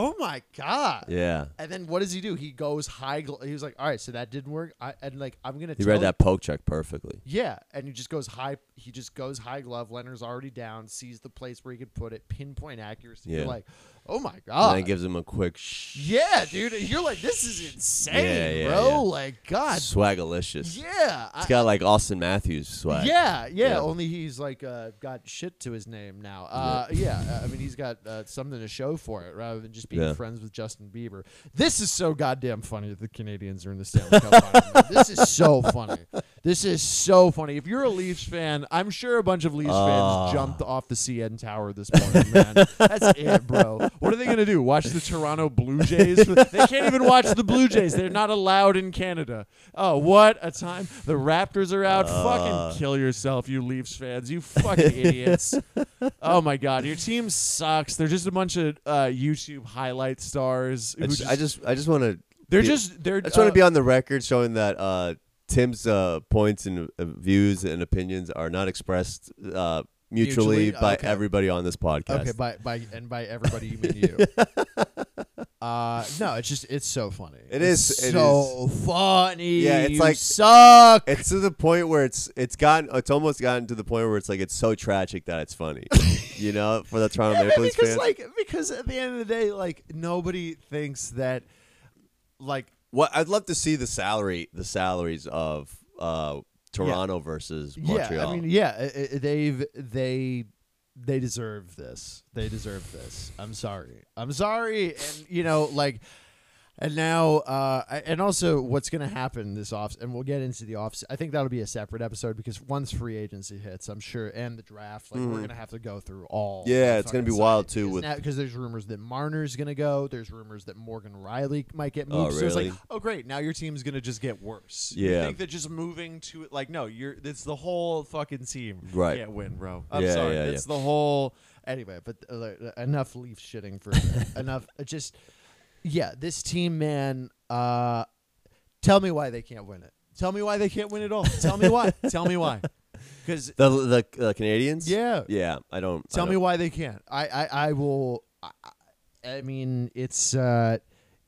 S1: oh my god
S2: Yeah.
S1: and then what does he do he goes high gl- he was like all right so that didn't work I, and like i'm gonna
S2: He
S1: tell
S2: read that poke check perfectly.
S1: yeah, and he just goes high. He just goes high glove. Leonard's already down. Sees the place where he could put it. Pinpoint accuracy.
S2: Yeah.
S1: You're like, oh my
S2: And
S1: god.
S2: then gives him a quick sh-
S1: yeah, dude. You're like, this is insane,
S2: Yeah, yeah,
S1: bro.
S2: yeah.
S1: Like, god.
S2: swagalicious.
S1: Yeah. I-
S2: It's got like Austin Matthews swag.
S1: yeah, yeah,
S2: Yeah.
S1: Only he's like uh, got shit to his name now. Uh, yeah. uh, I mean he's got uh, something to show for it rather than just being
S2: Yeah.
S1: friends with Justin Bieber. This is so goddamn funny that the Canadians are in the Stanley Cup. final, man. This is
S2: [LAUGHS]
S1: so funny. This is so funny. If you're a Leafs fan, I'm sure a bunch of Leafs
S2: Ah.
S1: fans jumped off the CN Tower this morning, man. That's it, bro. What are they gonna do? Watch the Toronto Blue
S2: [LAUGHS]
S1: Jays? they can't even watch the Blue Jays. They're not allowed in Canada. Oh, what a time! The Raptors are out.
S2: Ah.
S1: fucking kill yourself, you Leafs fans. You fucking idiots. Oh my god, your team sucks. They're just a bunch of uh, YouTube highlight stars.
S2: I
S1: who
S2: just, I just, I just want to.
S1: they're
S2: be,
S1: just they're
S2: I just want
S1: uh,
S2: to be on the record showing that uh, Tim's uh, points and uh, views and opinions are not expressed uh, mutually,
S1: Mutually?
S2: by
S1: Okay.
S2: everybody on this podcast.
S1: Okay, by by and by everybody you mean
S2: [LAUGHS]
S1: you. uh, no, it's just it's so funny.
S2: It
S1: it's
S2: is- it
S1: so funny.
S2: Yeah, it's
S1: You
S2: like-
S1: suck.
S2: it's to the point where it's it's gotten it's almost gotten to the point where it's like it's so tragic that it's
S1: [LAUGHS]
S2: funny, you know, for the Toronto
S1: Yeah,
S2: Maple Leafs
S1: because
S2: fans.
S1: like because at the end of the day, like nobody thinks that like
S2: What I'd love to see the salary, the salaries of uh, Toronto versus Montreal.
S1: Yeah, I mean, yeah, i- i- they've they they deserve this. They deserve this. I'm sorry. I'm sorry. And you know, like, and now, uh, I- and also, what's going to happen this off? And we'll get into the off. I think that'll be a separate episode because once free agency hits, I'm sure, and the draft, like, we're going to have to go through all.
S2: Mm. Yeah, it's gonna be wild, too, with-
S1: because there's rumors that Marner's going to go. There's rumors that Morgan Riley might get
S2: Oh,
S1: moved. So it's like,
S2: really?
S6: oh great, now your team's gonna just get worse.
S2: Yeah.
S6: You think that just moving to it like no, you're it's the whole fucking team.
S2: Right.
S6: Can't win, bro. I'm
S2: Yeah,
S6: sorry.
S2: yeah,
S6: it's the whole
S1: anyway, but uh, like, uh, enough Leafs shitting for
S2: [LAUGHS]
S1: enough. uh, Just yeah, this team, man. Uh, tell me why they can't win it.
S6: tell me why they can't win at all. Tell me why. tell me
S2: [LAUGHS]
S6: why. Because
S2: the the uh, Canadians.
S1: Yeah.
S2: yeah. I don't I
S1: Tell me
S2: don't-
S1: why they can't. I I, I will. I, I- I mean, it's uh,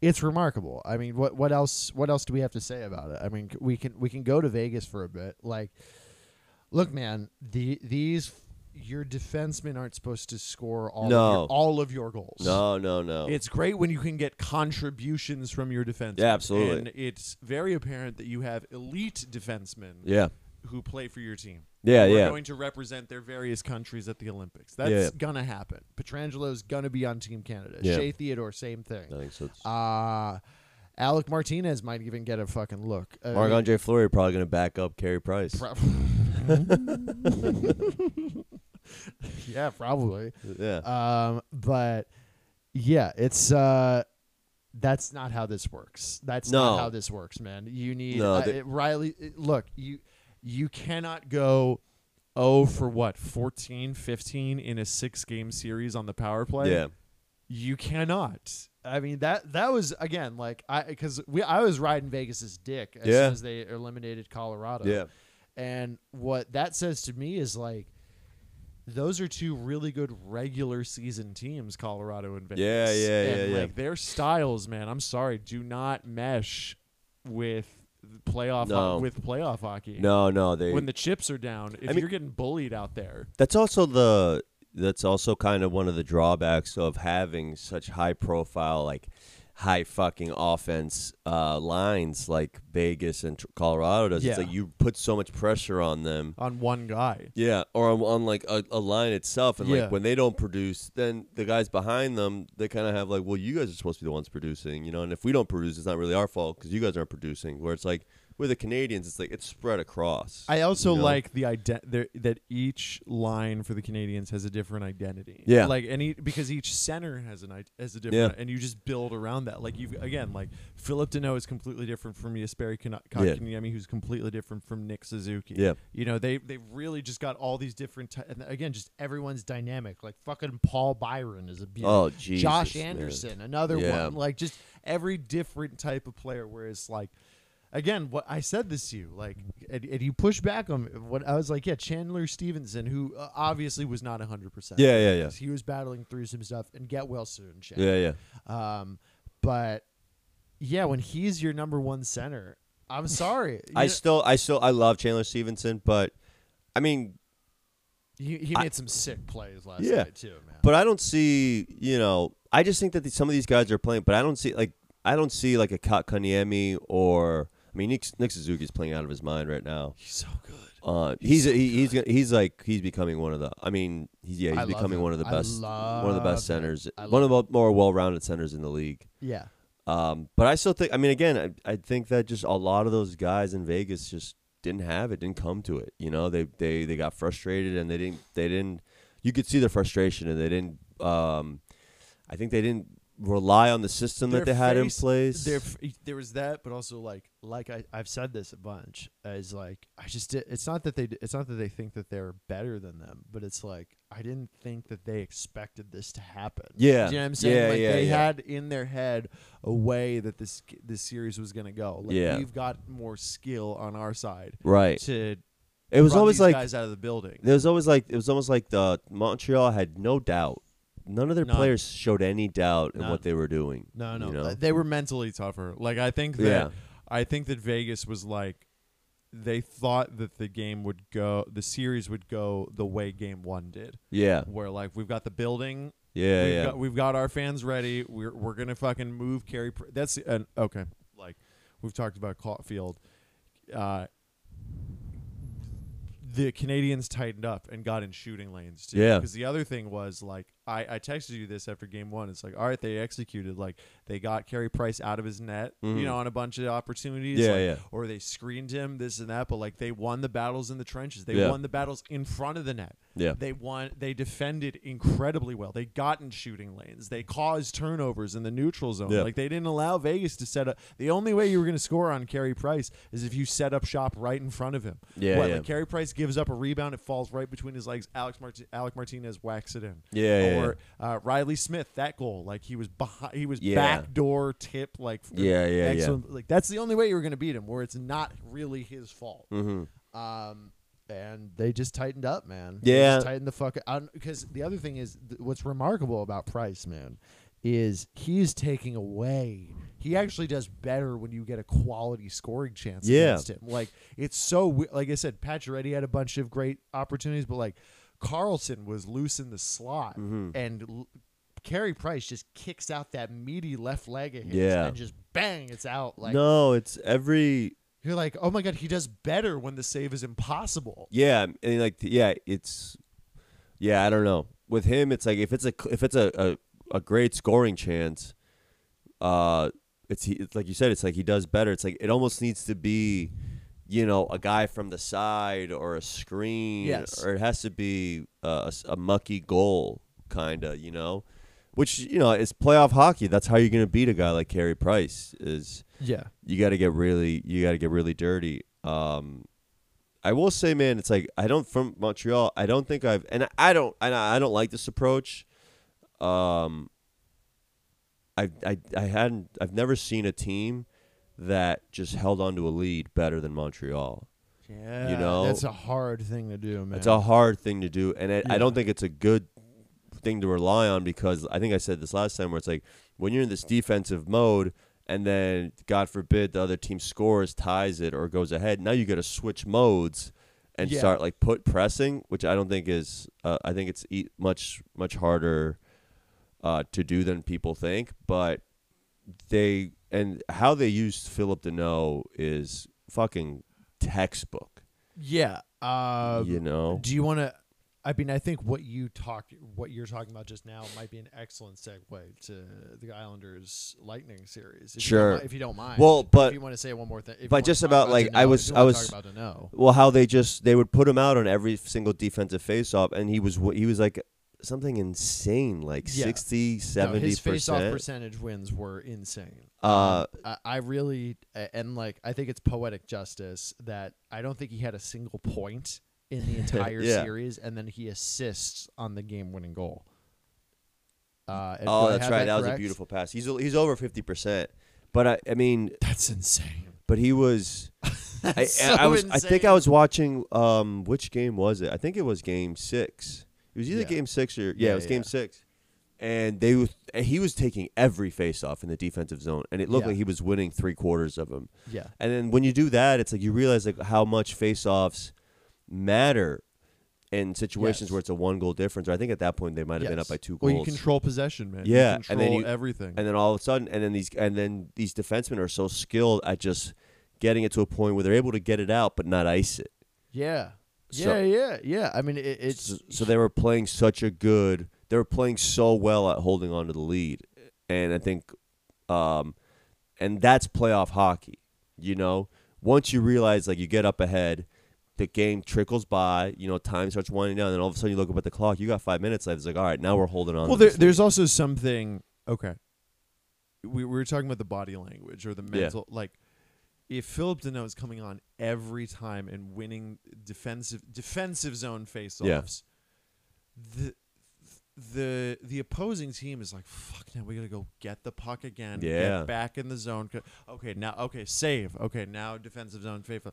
S1: it's remarkable. I mean, what what else what else do we have to say about it? I mean, c- we can we can go to Vegas for a bit. Like, look, man, the these your defensemen aren't supposed to score all of
S2: No.
S1: your, all of your goals.
S2: No, no, no.
S6: It's great when you can get contributions from your defense.
S2: Yeah, absolutely.
S6: And it's very apparent that you have elite defensemen
S2: yeah,
S6: who play for your team.
S2: yeah,
S6: who are
S2: yeah.
S6: going to represent their various countries at the Olympics. That's
S2: Yeah.
S6: gonna happen.
S1: Petrangelo's gonna be on Team Canada.
S2: Yeah.
S1: Shea Theodore, same thing.
S2: I think so. It's-
S1: Uh Alec Martinez might even get a fucking look. I
S2: Mark
S1: mean,
S2: Andre Fleury probably going to back up Carey
S1: [LAUGHS]
S2: Price. [LAUGHS]
S1: pro- [LAUGHS] yeah, probably.
S2: yeah,
S1: Um, but yeah, it's uh, that's not how this works. That's
S2: No.
S1: not how this works, man. You need
S2: No,
S1: uh,
S2: the-
S1: it- Riley. it- look, you you cannot go. Oh,
S6: For what, 14, 15 in a six game series on the power play?
S2: yeah.
S6: You cannot.
S1: I mean that that was again like I because we I was riding Vegas's dick as
S2: Yeah.
S1: soon as they eliminated Colorado.
S2: Yeah.
S1: And what that says to me is like those are two really good regular season teams, Colorado and Vegas.
S2: Yeah, yeah,
S6: and
S2: yeah, yeah.
S6: like their styles, man, I'm sorry, do not mesh with playoff
S2: No.
S6: with playoff hockey.
S2: No, no. They.
S6: When the chips are down, if
S2: I mean-
S6: you're getting bullied out there,
S2: that's also the. That's also kind of one of the drawbacks of having such high profile, like high fucking offense uh, lines like Vegas and tr- Colorado does. It's
S1: Yeah.
S2: like you put so much pressure on them.
S6: on one guy.
S2: Yeah, or on, on like a, a line itself, and
S1: Yeah.
S2: like when they don't produce, then the guys behind them they kind of have like, well, you guys are supposed to be the ones producing, you know, and if we don't produce, it's not really our fault because you guys aren't producing. Where it's like with the Canadians, it's like it's spread across.
S6: I also
S2: You know?
S6: like the ident there- that each line for the Canadians has a different identity.
S2: Yeah.
S6: like and ea- because each center has an id- has a different, and you just build around that. Like you have again, like Philip Deneau is completely different from Yasperi
S2: Yeah.
S6: Kotkaniemi, who's completely different from Nick Suzuki.
S2: Yeah.
S6: you know they they've really just got all these different. T- and again, just
S1: Everyone's dynamic. Like fucking Paul Byron is a beauty.
S2: oh, Jesus,
S1: Josh
S2: man.
S1: Anderson, another
S2: Yeah.
S1: one. Like just
S6: every different type of player. Whereas, like, again, what I said this to you, like, and, and you push back on what I was like, yeah, Chandler Stevenson, who uh, obviously was not 100%.
S2: Yeah, yeah, yeah.
S1: he was battling through some stuff and get well soon, Chad.
S2: Yeah, yeah.
S1: Um, but yeah, when he's your number one center, I'm sorry.
S2: I
S1: You-
S2: still, I still, I love Chandler Stevenson, but I mean,
S1: he, he
S2: I-
S1: made some sick plays last
S2: Yeah.
S1: night too, man.
S2: But I don't see, you know, I just think that these some of these guys are playing, but I don't see like I don't see like a Kat Kaniemi or I mean Nick, Nick Suzuki's playing out of his mind right now.
S6: He's so good.
S2: Uh, he's he, he's gonna- he's like he's becoming one of the. I mean, he's yeah, he's
S1: I love
S2: becoming
S1: him.
S2: one of the
S1: I
S2: best, one of the
S1: love
S2: best
S1: him.
S2: centers,
S1: I
S2: one of the more well-rounded centers in the league.
S1: yeah,
S2: Um, but I still think, I mean, again, I, I think that just a lot of those guys in Vegas just didn't have it, didn't come to it. You know, they they they got frustrated and they didn't they didn't. You could see their frustration and they didn't. Um, I think they didn't rely on the system that they
S6: Their
S2: had in
S6: face-
S2: place.
S6: There, there was that, but also, like,
S1: like I, I've said this a bunch. Is like I just did, it's not that they it's not that they think that they're better than them, but it's like I didn't think that they expected this to happen.
S2: yeah,
S1: Do you know what I'm saying?
S2: Yeah,
S1: like
S2: yeah,
S1: they
S2: yeah.
S1: had in their head a way that this this series was gonna go. Like
S2: Yeah.
S1: we've got more skill on our side
S2: right.
S1: to
S2: It was
S1: run
S2: always
S1: these
S2: like
S1: guys out of the building.
S2: there was always like it was almost like the Montreal had no doubt. None of their
S6: None.
S2: players showed any doubt in
S6: None.
S2: what they were doing.
S1: No,
S2: you
S1: no,
S2: know?
S1: uh,
S6: they were mentally tougher. Like, I think that,
S2: Yeah.
S6: I think that Vegas was like, they thought that the game would go, the series would go the way game one did,
S2: yeah,
S6: where like we've got the building,
S2: yeah,
S6: we've
S2: yeah.
S6: Got, we've got our fans ready. We're we're gonna fucking move Carey. Pr- that's an okay. Like we've talked about Caulfield. Uh, the Canadians tightened up and got in shooting lanes too.
S2: Yeah.
S6: Because the other thing was like I, I texted you this after game one. It's like all right, they executed. Like they got Carey Price out of his net,
S2: Mhm.
S6: you know, on a bunch of opportunities.
S2: Yeah,
S6: like,
S2: yeah.
S6: Or they screened him, this and that. But like they won the battles in the trenches. They
S2: Yeah.
S6: won the battles in front of the net.
S2: Yeah.
S6: They won. They defended incredibly well. They got in shooting lanes. They caused turnovers in the neutral zone.
S2: Yeah.
S6: Like they didn't allow Vegas to set up. The only way you were going to score on Carey Price is if you set up shop right in front of him.
S2: Yeah,
S6: What,
S2: yeah.
S6: Like Carey Price gives up a rebound, it falls right between his legs. Alex Mart- Alec Martinez whacks it in.
S2: Yeah, yeah,
S6: Or Uh, Riley Smith that goal. Like he was behind. He was
S2: Yeah.
S6: backdoor tip. Like
S2: Yeah, yeah, yeah.
S6: excellent. Like that's the only way you were going to beat him. Where it's not really his fault.
S2: mm-hmm.
S1: Um, and they just tightened up, man.
S2: Yeah.
S1: they just tightened the fuck up. Because the other thing is, th- what's remarkable about Price, man, is he's taking away. He actually does better when you get a quality scoring chance
S2: Yeah.
S1: against him. Like it's so we- like I said, Pacioretty had a bunch of great opportunities, but like Carlson was loose in the slot
S2: Mm-hmm.
S1: and. L- Carey Price just kicks out that meaty left leg of his
S2: Yeah.
S1: and just bang, it's out. Like
S2: no, it's every
S1: you're like, oh my god, he does better when the save is impossible.
S2: Yeah, and like the- yeah, it's yeah. I don't know. With him, it's like if it's a if it's a a, a great scoring chance, uh, it's he. It's like you said, it's like he does better. It's like it almost needs to be, you know, a guy from the side or a screen,
S1: Yes.
S2: or it has to be uh, a, s- a mucky goal, kinda, you know, which you know is playoff hockey. That's how you're gonna beat a guy like Carey Price is
S1: Yeah.
S2: you got to get really you got to get really dirty um i will say man it's like i don't from montreal i don't think i've and i don't and i don't like this approach um i i, I hadn't i've never seen a team that just held on to a lead better than montreal
S1: Yeah,
S2: know?
S1: that's a hard thing to do, man.
S2: it's a hard thing to do, and I, I don't
S1: Yeah.
S2: think it's a good thing to rely on because I think I said this last time where it's like when you're in this defensive mode, and then God forbid the other team scores, ties it, or goes ahead. Now you got to switch modes and
S1: Yeah.
S2: start like put pressing, which I don't think is. Uh, I think it's e- much much harder uh, to do than people think, but they and how they used Philip Deneau is fucking textbook.
S1: Yeah. Uh,
S2: you know,
S1: Do you want to? I mean, I think what you talked, what you're talking about just now, might be an excellent segue to the Islanders Lightning series. If you
S2: Sure.
S1: don't mi- if you don't mind.
S2: Well,
S1: if
S2: but-
S1: you want to say one more thing, if you
S2: but
S1: wanna
S2: just
S1: talk
S2: about, like,
S1: Deneau,
S2: I
S1: if
S2: was-
S1: you
S2: I
S1: wanna
S2: was-
S1: talk about Deneau.
S2: well, how they just they would put him out on every single defensive faceoff, and he was wh- he was like something insane, like
S1: Yeah.
S2: sixty,
S1: No,
S2: seventy
S1: his
S2: 60, 70
S1: face-off
S2: percent.
S1: percentage wins were insane. Um,
S2: Uh,
S1: I, I really a- and like I think it's poetic justice that I don't think he had a single point in
S2: [LAUGHS]
S1: the entire
S2: Yeah.
S1: series, and then he assists on the game-winning goal. Uh, and do
S2: Oh,
S1: I
S2: that's
S1: have
S2: right. That, was a
S1: correct?
S2: beautiful pass. He's he's over fifty percent, but I, I mean,
S1: That's insane.
S2: but
S1: [LAUGHS]
S2: he was. I,
S1: That's
S2: I- I
S1: so
S2: was. I think
S1: insane.
S2: I was watching. Um, which game was it? I think it was Game Six. It was either
S1: Yeah.
S2: Game Six or yeah,
S1: Yeah,
S2: it was Game
S1: yeah.
S2: Six. And they was, and he was taking every face off in the defensive zone, and it looked
S1: Yeah.
S2: like he was winning three quarters of them.
S1: Yeah.
S2: And then when you do that, it's like you realize like how much face-offs matter in situations
S1: Yes.
S2: where it's a one goal difference. Or I think at that point they might have been
S1: Yes.
S2: up by two
S6: Well,
S2: goals.
S6: you control possession, man.
S2: Yeah,
S6: you
S2: and then
S6: control
S2: you-
S6: everything.
S2: and then all of a sudden, and then these and then these defensemen are so skilled at just getting it to a point where they're able to get it out but not ice it.
S1: Yeah. Yeah,
S2: So-
S1: yeah, yeah. I mean, it, it's
S2: so, so they were playing such a good they were playing so well at holding on to the lead and i think um and that's playoff hockey you know once you realize like you get up ahead the game trickles by you know time starts winding down and all of a sudden you look up at the clock you got five minutes left it's like all right now we're holding on
S6: well,
S2: to
S6: there,
S2: this
S6: there's also something. Okay, we, we were talking about the body language or the
S2: Yeah.
S6: mental. Like, if Philip Deneau is coming on every time and winning defensive defensive zone faceoffs, the the the opposing team is like, fuck now we gotta go get the puck again.
S2: Yeah.
S6: Get back in the zone. Co- Okay, now okay, save. Okay, now defensive zone faithful.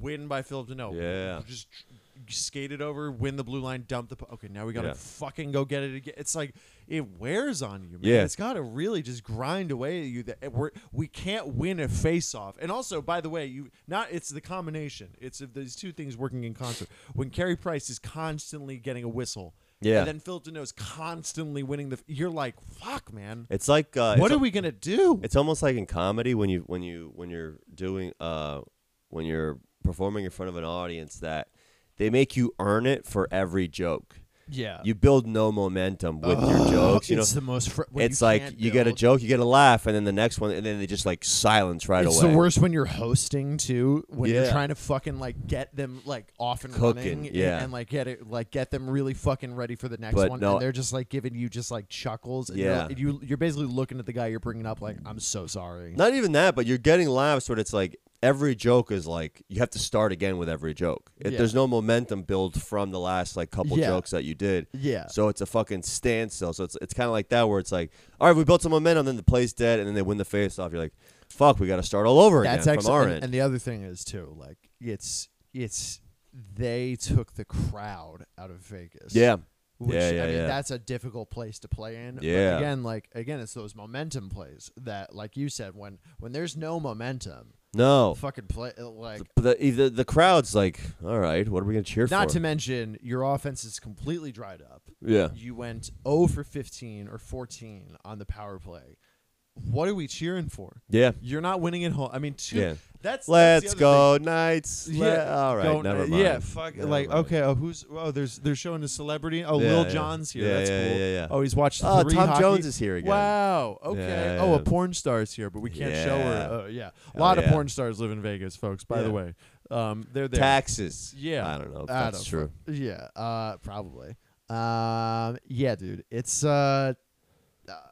S6: Win by Philip Deneau.
S2: Yeah.
S6: Just tr- skate it over, win the blue line, dump the puck. Okay, now we gotta
S2: Yeah.
S6: fucking go get it again. It's like it wears on you, man.
S2: Yeah.
S6: It's gotta really just grind away at you that we're we can't win a face off. And also, by the way, you not it's the combination. It's of these two things working in concert. When Carey Price is constantly getting a whistle.
S2: Yeah.
S6: And then Phil Deneau's constantly winning the. f- You're like, fuck, man.
S2: it's like uh,
S6: What
S2: it's,
S6: are we gonna do?
S2: it's almost like in comedy when you when you when you're doing uh when you're performing in front of an audience that they make you earn it for every joke
S1: yeah.
S2: you build no momentum with your jokes. You know,
S1: Oh, it's the most. Fr- when
S2: it's
S1: you
S2: like
S1: can't
S2: you get a
S1: build-
S2: joke, you get a laugh, and then the next one, and then they just like silence right
S1: it's
S2: away.
S1: the worst when you're hosting too, when you're
S2: Yeah.
S1: trying to fucking like get them like off and
S2: Cooking,
S1: running, and-
S2: yeah.
S1: and, like get it like get them really fucking ready for the next
S2: But
S1: one,
S2: no-
S1: and they're just like giving you just like chuckles, and
S2: Yeah.
S1: you're, and you you're basically looking at the guy you're bringing up like I'm so sorry,
S2: Not even that, but you're getting laughs where it's like every joke is like you have to start again with every joke. It,
S1: Yeah.
S2: There's no momentum build from the last like couple
S1: Yeah.
S2: jokes that you did.
S1: yeah,
S2: So it's a fucking standstill. So it's it's kind of like that where it's like, all right, we built some momentum, then the play's dead, and then they win the face off. You're like, fuck, we got to start all over
S1: That's
S2: again from
S1: excellent.
S2: our
S1: and-
S2: end.
S1: And, the other thing is too, like it's it's they took the crowd out of Vegas.
S2: yeah,
S1: Which,
S2: Yeah,
S1: I
S2: yeah,
S1: mean,
S2: yeah.
S1: that's a difficult place to play in. But
S2: Yeah.
S1: again, like again, it's those momentum plays that, like you said, when when there's no momentum,
S2: no.
S1: fucking play
S6: uh,
S1: like.
S2: But the, either the crowd's like, all right, what are we gonna cheer for?
S1: Not to mention your offense is completely dried up.
S2: Yeah.
S1: You went 0 for 15 or 14 on the power play.
S6: What are we cheering for?
S2: Yeah.
S6: You're not winning at home. I mean, two,
S2: Yeah.
S6: that's that's the
S2: Let's
S6: other
S2: go, Knights.
S6: thing.
S2: Yeah. all right.
S6: Don't-
S2: never
S6: uh,
S2: mind.
S6: Yeah, fuck.
S2: Never
S6: like,
S2: mind.
S6: okay, oh, who's? Oh, there's they're showing a celebrity. Oh,
S2: Yeah,
S6: Lil
S2: yeah.
S6: Jon's here.
S2: Yeah,
S6: That's
S2: yeah,
S6: cool.
S2: yeah, yeah.
S6: Oh, he's watched.
S2: Oh,
S6: three
S2: Tom
S6: hockey-
S2: Jones is here again.
S6: Wow. Okay.
S2: Yeah,
S6: Oh, a
S2: yeah.
S6: porn star is here, but we can't show
S2: Yeah.
S6: her. Oh, yeah. A
S2: Oh,
S6: lot of
S2: yeah.
S6: porn stars live in Vegas, folks. By the
S2: Yeah.
S6: way, um, they're there.
S2: Taxes.
S6: Yeah.
S2: I don't know. If
S1: I
S2: Oh, that's
S1: don't
S2: true.
S1: fu- Yeah, uh, probably. Um, yeah, dude, it's uh,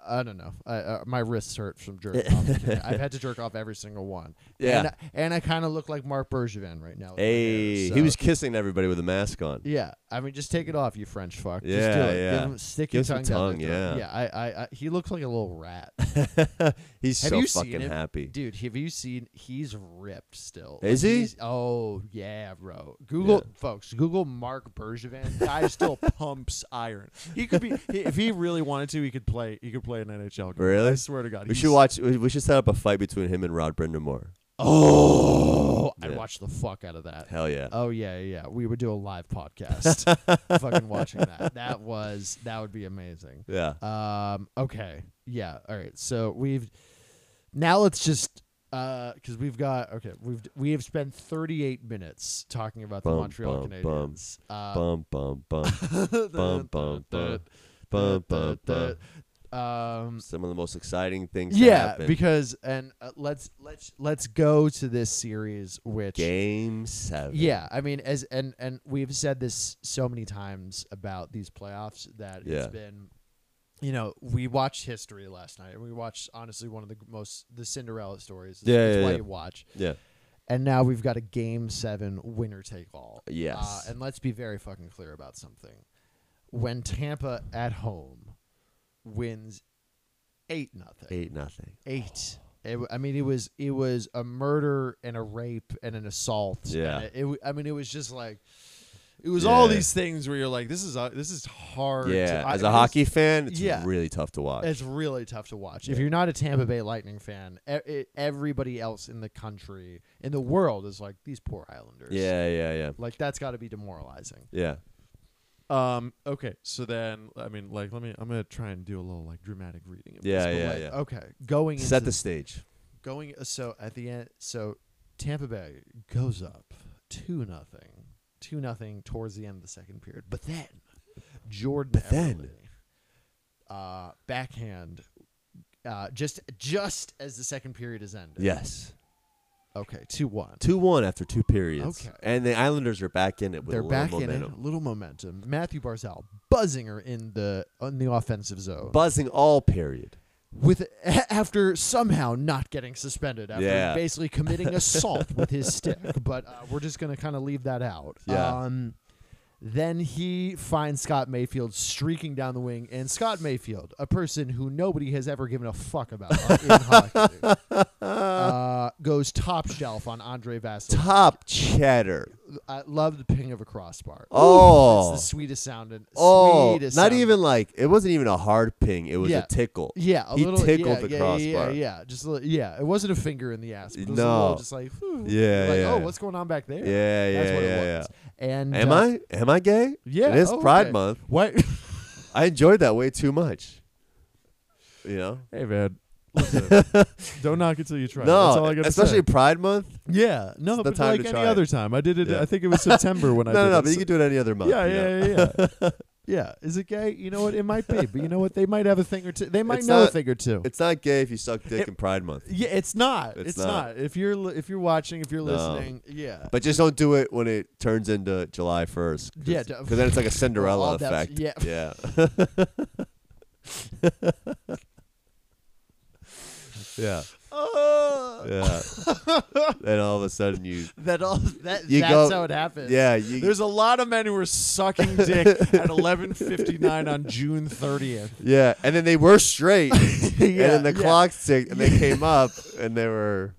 S1: I don't know. I, uh, my wrists hurt from jerking off. I've had to jerk off every single one.
S2: [LAUGHS] Yeah.
S1: and, I- and I kind of look like Mark Bergevin right now. with my hair,
S2: Hey, he
S1: so-
S2: was kissing everybody with a mask on.
S1: Yeah, I mean, just take it off, you French fuck. just
S2: Yeah,
S1: do it.
S2: yeah.
S1: Give him, stick
S2: Give
S1: your
S2: him
S1: tongue, down
S2: tongue,
S1: their throat.
S2: yeah.
S1: yeah. I, I, I, he looks like a little rat,
S2: [LAUGHS] He's
S1: Have
S2: so
S1: you seen
S2: fucking
S1: him?
S2: happy.
S1: dude. Have you seen? He's ripped still.
S2: Is
S1: Like,
S2: he?
S1: he's- Oh yeah, bro. Google folks. Google Mark Bergevin. Guy
S2: [LAUGHS]
S1: still
S6: Pumps iron. He could be he- if he really wanted to. He could play. He could play an NHL game.
S2: Really?
S6: I swear to God.
S2: We
S6: he's-
S2: should watch. We we should set up a fight between him and Rod Brindamore.
S1: Oh, I'd
S2: Yeah.
S1: watch the fuck out of that.
S2: Hell yeah.
S6: Uh,
S1: Oh yeah, yeah. yeah. We would do a live
S2: [LAUGHS]
S1: podcast, fucking watching that. That
S6: uh,
S1: was that would be amazing.
S2: yeah.
S1: Um. Okay. Yeah. All right. So we've now let's just because we've got okay, we've we have spent 38 minutes talking about the
S2: Bum,
S1: Montreal
S2: bum, bum,
S1: Canadiens. Uh,
S2: Bum bum
S6: [LAUGHS]
S2: bum bum bum bum bum
S1: [LAUGHS]
S2: bum bum.
S6: Mm.
S1: Um,
S2: Some of the most exciting things. to
S1: yeah,
S2: happen.
S1: because and uh, let's let's let's go to this series, which
S2: game seven.
S1: yeah, I mean, as and and we've said this so many times about these playoffs that
S2: Yeah.
S1: it's been, you know, we watched history last night, and we watched honestly one of the most the Cinderella stories. It's-
S2: Yeah,
S1: it's
S2: yeah,
S1: why
S2: yeah.
S1: you watch.
S2: yeah.
S1: And now we've got a game seven winner take all. Uh,
S2: Yes.
S1: and let's be very fucking clear about something. When Tampa at home wins eight nothing.
S2: Eight nothing.
S1: Eight. It, w- I mean, it was it was a murder and a rape and an assault.
S2: Yeah.
S1: And it, it w- I mean, it was just like it was all
S2: Yeah.
S1: these things where you're like, this is uh, this is hard.
S2: Yeah,
S1: to, I-
S2: as
S1: it
S2: a
S1: was-
S2: hockey fan, it's
S1: yeah.
S2: really tough to watch.
S1: it's really tough to watch. If
S2: Yeah.
S1: you're not a Tampa Bay Lightning fan, e- e- everybody else in the country, in the world, is like these poor Islanders.
S2: yeah, yeah, yeah,
S1: Like that's got to be demoralizing.
S2: yeah.
S6: Um. Okay. So then, I mean, like, let me. I'm gonna try and do a little like dramatic reading. Of
S2: Yeah,
S6: this, but,
S2: yeah,
S6: like,
S2: yeah.
S1: Okay, going
S2: Set
S1: into
S2: the stage.
S1: going uh, so at the end so Tampa Bay goes up two nothing two nothing towards the end of the second period but then Jordan
S2: But then-
S1: Everly, uh backhand uh just just as the second period is ended
S2: Yes,
S1: okay two one
S2: two one after two periods.
S1: Okay.
S2: and the Islanders are back in it with
S1: they're
S2: a little
S1: back in
S2: momentum,
S1: it little momentum Matthew Barzell buzzing her in the in the offensive zone
S2: buzzing all period.
S1: with [LAUGHS] a- after somehow not getting suspended after
S2: Yeah.
S1: basically
S2: [LAUGHS]
S1: committing assault with his stick. But uh, we're just going to kind of leave that out.
S2: Yeah.
S1: Um, then he finds Scott Mayfield streaking down the wing, and Scott Mayfield, a person who nobody has ever given a fuck about in
S2: [LAUGHS]
S1: hockey, uh, goes top shelf on Andre Vasil.
S2: Top cheddar.
S1: I love the ping of a crossbar.
S2: Oh.
S1: it's the sweetest sound. And
S2: Oh,
S1: sweetest
S2: not
S1: sound.
S2: even like it wasn't even a hard ping. It was
S1: Yeah.
S2: a tickle.
S1: Yeah, a
S2: he
S1: little yeah,
S2: tickled the
S1: yeah, Yeah, yeah,
S2: crossbar.
S1: yeah, just a little, yeah. It wasn't a finger in the ass. But it was a
S2: No.
S1: little just like whew,
S2: Yeah,
S1: like,
S2: yeah.
S1: Oh, what's going on back there?
S2: Yeah,
S1: that's
S2: yeah,
S1: what
S2: yeah,
S1: it was. And
S2: Am
S1: uh,
S2: I? Am I gay?
S1: Yeah,
S2: It is
S1: oh,
S2: Pride
S1: okay.
S2: Month. [LAUGHS]
S6: What?
S2: I enjoyed that way too much. You know.
S6: hey, man. Listen,
S2: [LAUGHS]
S6: don't knock it till you try. it.
S2: no,
S6: That's all I gotta
S2: especially
S6: say.
S2: Pride Month.
S6: Yeah. No,
S2: the
S6: but
S2: time
S6: like
S2: to
S6: any
S2: try it.
S6: other time. I did it.
S2: Yeah.
S6: I think it was September
S2: [LAUGHS]
S6: when I
S2: No,
S6: did
S2: no, no.
S6: it.
S2: But you
S6: So-
S2: can do it any other month.
S6: yeah,
S2: you know?
S6: yeah, yeah, yeah.
S2: [LAUGHS]
S6: Yeah, is it gay? You know what? It might be, but you know what? They might have a thing or two. They might
S2: It's
S6: know a
S2: not-
S6: thing or two.
S2: It's not gay if you suck dick
S6: It-
S2: in Pride Month.
S6: yeah, it's not. It's,
S2: It's not.
S6: not. If you're li- if you're watching, if you're
S2: No.
S6: listening, yeah,
S2: But just don't do it when it turns into July 1st. Cause,
S1: Yeah, d-
S2: [LAUGHS] 'cause
S1: [LAUGHS]
S2: then it's like a Cinderella
S1: all that-
S2: effect.
S1: yeah.
S2: Yeah.
S1: [LAUGHS]
S2: [LAUGHS] yeah.
S6: Oh!
S2: Yeah. then all of a
S1: [LAUGHS]
S2: sudden you.
S1: that all that
S2: You
S1: that's
S2: go-
S1: how it happens.
S2: Yeah. You,
S6: There's a lot of men who are
S2: [LAUGHS]
S6: sucking dick at 11:59 on June 30th.
S2: yeah. And then they were straight. [LAUGHS] and then the
S1: [LAUGHS] yeah.
S2: clock ticked and they
S1: [LAUGHS]
S2: came up and they were.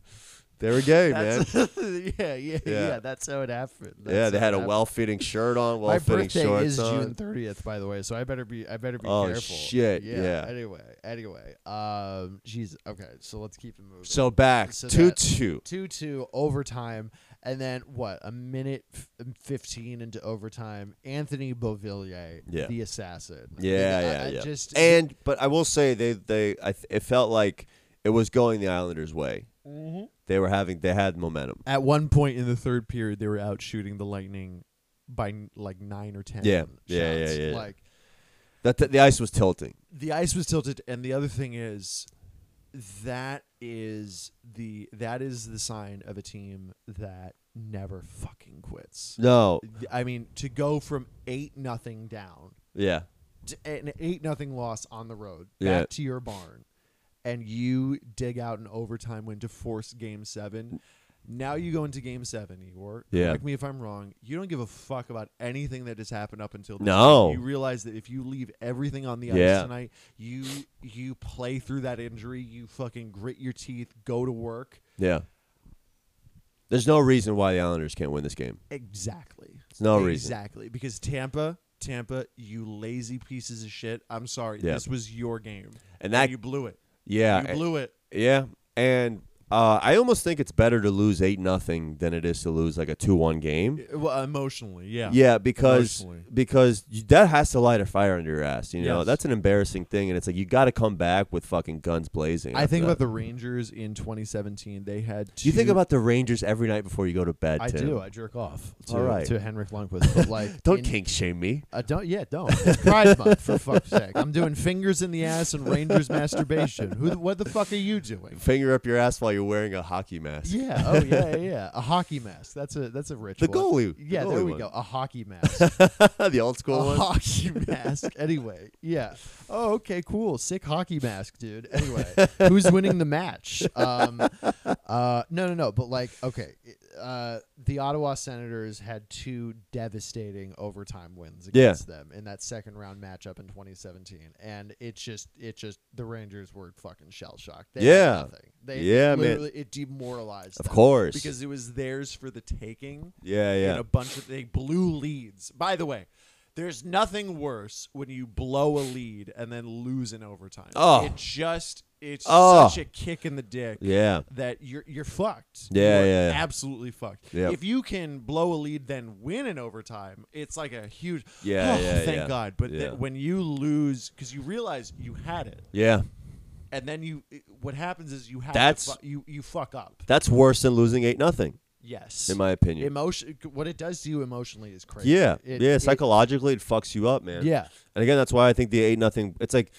S2: They were gay, man.
S1: That's- [LAUGHS] yeah, yeah, yeah,
S2: Yeah.
S1: That's how it happened. That's
S2: Yeah, they
S1: how
S2: had
S1: it
S2: a
S1: happened.
S2: well-fitting shirt on,
S1: My
S2: well-fitting
S1: birthday
S2: shorts
S1: is
S2: on.
S1: June 30th, by the way, so I better be I better be
S2: Oh,
S1: careful.
S2: shit, yeah.
S1: Anyway, anyway, um, jeez. Okay, so let's keep it moving.
S2: So back
S1: So
S2: two
S1: that-
S2: two.
S1: two two overtime, and then what? A minute f- fifteen into overtime, Anthony Beauvillier,
S2: Yeah.
S1: the assassin.
S2: Yeah,
S1: I-
S2: yeah,
S1: I
S2: yeah.
S1: Just
S2: and but I will say they they I th- it felt like it was going the Islanders' way.
S6: Mm-hmm.
S2: They were having they had momentum.
S6: At one point in the third period, they were out shooting the Lightning by like nine or ten.
S2: Yeah.
S6: shots.
S2: Yeah, yeah, yeah, yeah.
S1: like
S2: That the, the ice was tilting.
S6: the ice was tilted and the other thing is that is the that is the sign of a team that never fucking quits
S2: No,
S6: i mean to go from eight nothing down
S2: yeah,
S6: to an eight nothing loss on the road back
S2: Yeah.
S6: to your barn and you dig out an overtime win to force game seven now you go into game seven Igor.
S2: Yeah.
S6: correct me if i'm wrong you don't give a fuck about anything that has happened up until this
S2: No.
S6: point. you realize that if you leave everything on the ice
S2: Yeah.
S6: tonight you you play through that injury you fucking grit your teeth go to work
S2: yeah. There's no reason why the Islanders can't win this game.
S6: exactly
S2: There's no reason.
S6: exactly because tampa tampa you lazy pieces of shit i'm sorry
S2: Yeah.
S6: this was your game
S2: And that
S6: you blew it
S2: yeah eh,
S6: you blew it.
S2: yeah and Uh, I almost think it's better to lose eight nothing than it is to lose like a two one game.
S6: eh, Well, emotionally, yeah.
S2: Yeah, because
S6: Emotionally.
S2: because you, that has to light a fire under your ass. You know
S6: Yes.
S2: that's an embarrassing thing, and it's like you got to come back with fucking guns blazing.
S1: I
S2: after
S1: think
S2: that.
S1: about the Rangers in 2017. They had. Two,
S2: You think about the Rangers every night before you go to bed.
S1: I
S2: Tim.
S1: do. I jerk off to,
S2: All right.
S1: to Henrik Lundqvist, but like
S2: [LAUGHS] Don't
S1: in-
S2: kink shame me.
S1: Uh, don't yeah, don't. It's Pride Month for fuck's sake. I'm doing fingers in the ass and Rangers masturbation. Who? the- What the fuck are you doing?
S2: Finger up your ass while you're wearing a hockey mask.
S1: Yeah. Oh yeah. yeah, Yeah. A hockey mask. That's a that's a ritual.
S2: The goalie. the
S1: Yeah.
S2: goalie
S1: there we
S2: one.
S1: go. A hockey mask.
S2: the old school
S1: a [LAUGHS]
S2: one. [LAUGHS]
S1: hockey mask. Anyway, yeah. Oh, okay, cool. Sick hockey mask, dude.
S2: [LAUGHS]
S1: Anyway, who's winning the match? Um, uh, no, no, no. But like, okay, uh, the Ottawa Senators had two devastating overtime wins
S2: Yeah.
S1: against them in that second round matchup in 2017, and it just, it just, the Rangers were fucking shell shocked. They had
S2: Yeah.
S1: nothing. They
S2: Yeah, man.
S1: literally- It demoralized.
S2: Of
S1: them
S2: course.
S6: Because it was theirs for the taking.
S2: yeah, yeah.
S6: and a bunch of they blew leads. By the way, there's nothing worse when you blow a lead and then lose in overtime.
S2: Oh.
S6: It just it's
S2: Oh.
S6: such a kick in the dick.
S2: yeah.
S6: That you're you're fucked.
S2: Yeah,
S6: You are
S2: yeah, yeah.
S6: absolutely fucked.
S2: Yep.
S6: If you can blow a lead then win in overtime, it's like a huge.
S2: Yeah,
S6: oh,
S2: yeah,
S6: thank
S2: yeah.
S6: God. But
S2: Yeah.
S6: then when you lose, because you realize you had it,
S2: Yeah.
S6: and then you, what happens is you have
S2: That's-
S6: to fu- you you fuck up.
S2: That's worse than losing eight nothing,
S1: Yes.
S2: in my opinion.
S1: Emotion. What it does to you emotionally is crazy.
S2: yeah.
S1: It-
S2: yeah.
S1: it-
S2: Psychologically it fucks you up, man.
S1: Yeah.
S2: And again, that's why I think the eight nothing it's like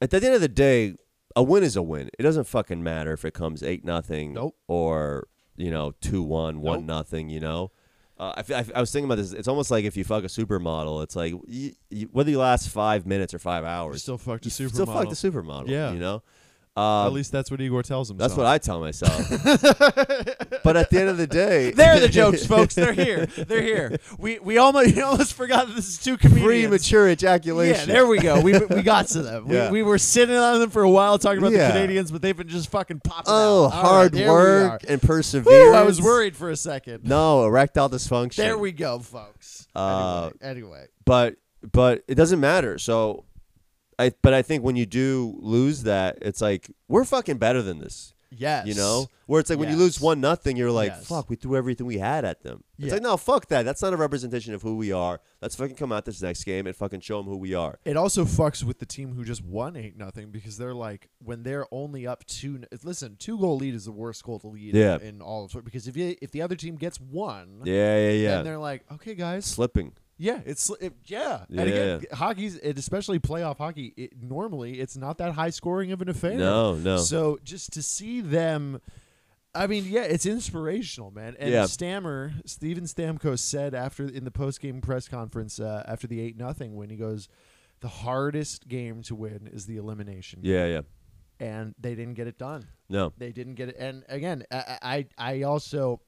S2: at the end of the day, a win is a win. It doesn't fucking matter if it comes eight nothing
S1: Nope.
S2: or, you know, two one, one nothing, you know. Uh, I, f- I f- I was thinking about this. It's almost like if you fuck a supermodel, it's like you, you, whether you last five minutes or five hours,
S6: still fucked a
S2: you still fuck the
S6: supermodel.
S2: supermodel.
S6: Yeah.
S2: you know. Um,
S6: At least that's what Igor tells himself.
S2: That's what I tell
S6: [LAUGHS]
S2: myself. but at the end of the day, [LAUGHS]
S6: They're the jokes, folks. They're here. They're here. We we almost we almost forgot that this is two comedians.
S2: premature
S6: Yeah,
S2: ejaculation.
S6: there we go. We, we got to them.
S2: Yeah.
S6: We, we were sitting on them for a while talking about
S2: Yeah.
S6: the Canadians, but they've been just fucking popping
S2: oh,
S6: out.
S2: hard
S1: there we
S2: work
S1: are.
S2: and perseverance.
S1: I was worried for a second.
S2: No, erectile dysfunction.
S1: There we go, folks.
S2: Uh,
S1: anyway, anyway.
S2: But but it doesn't matter. So, I but I think when you do lose that, it's like we're fucking better than this.
S1: yes,
S2: You know, where it's like when you
S1: Yes.
S2: lose one nothing, you're like,
S1: Yes.
S2: "Fuck, we threw everything we had at them." It's
S1: Yeah.
S2: like, no, fuck that. That's not a representation of who we are. Let's fucking come out this next game and fucking show them who we are.
S1: It also fucks with the team who just won eight nothing because they're like when they're only up two. n- Listen, two goal lead is the worst goal to lead
S2: Yeah.
S1: in, in all of sport because if you, if the other team gets one,
S2: Yeah, yeah, yeah.
S1: then they're like, okay, guys,
S2: slipping.
S1: yeah, it's it, yeah. And again,
S2: Yeah.
S1: hockey's and especially playoff hockey. It, normally, it's not that high scoring of an affair.
S2: No, no.
S1: So just to see them, I mean, yeah, it's inspirational, man. And
S2: Yeah.
S1: Stammer, Steven Stamkos said after in the post game press conference uh, after the eight nothing when he goes, the hardest game to win is the elimination,
S2: Yeah, yeah.
S1: and they didn't get it done.
S2: No.
S1: They didn't get it. And again, I I, I also,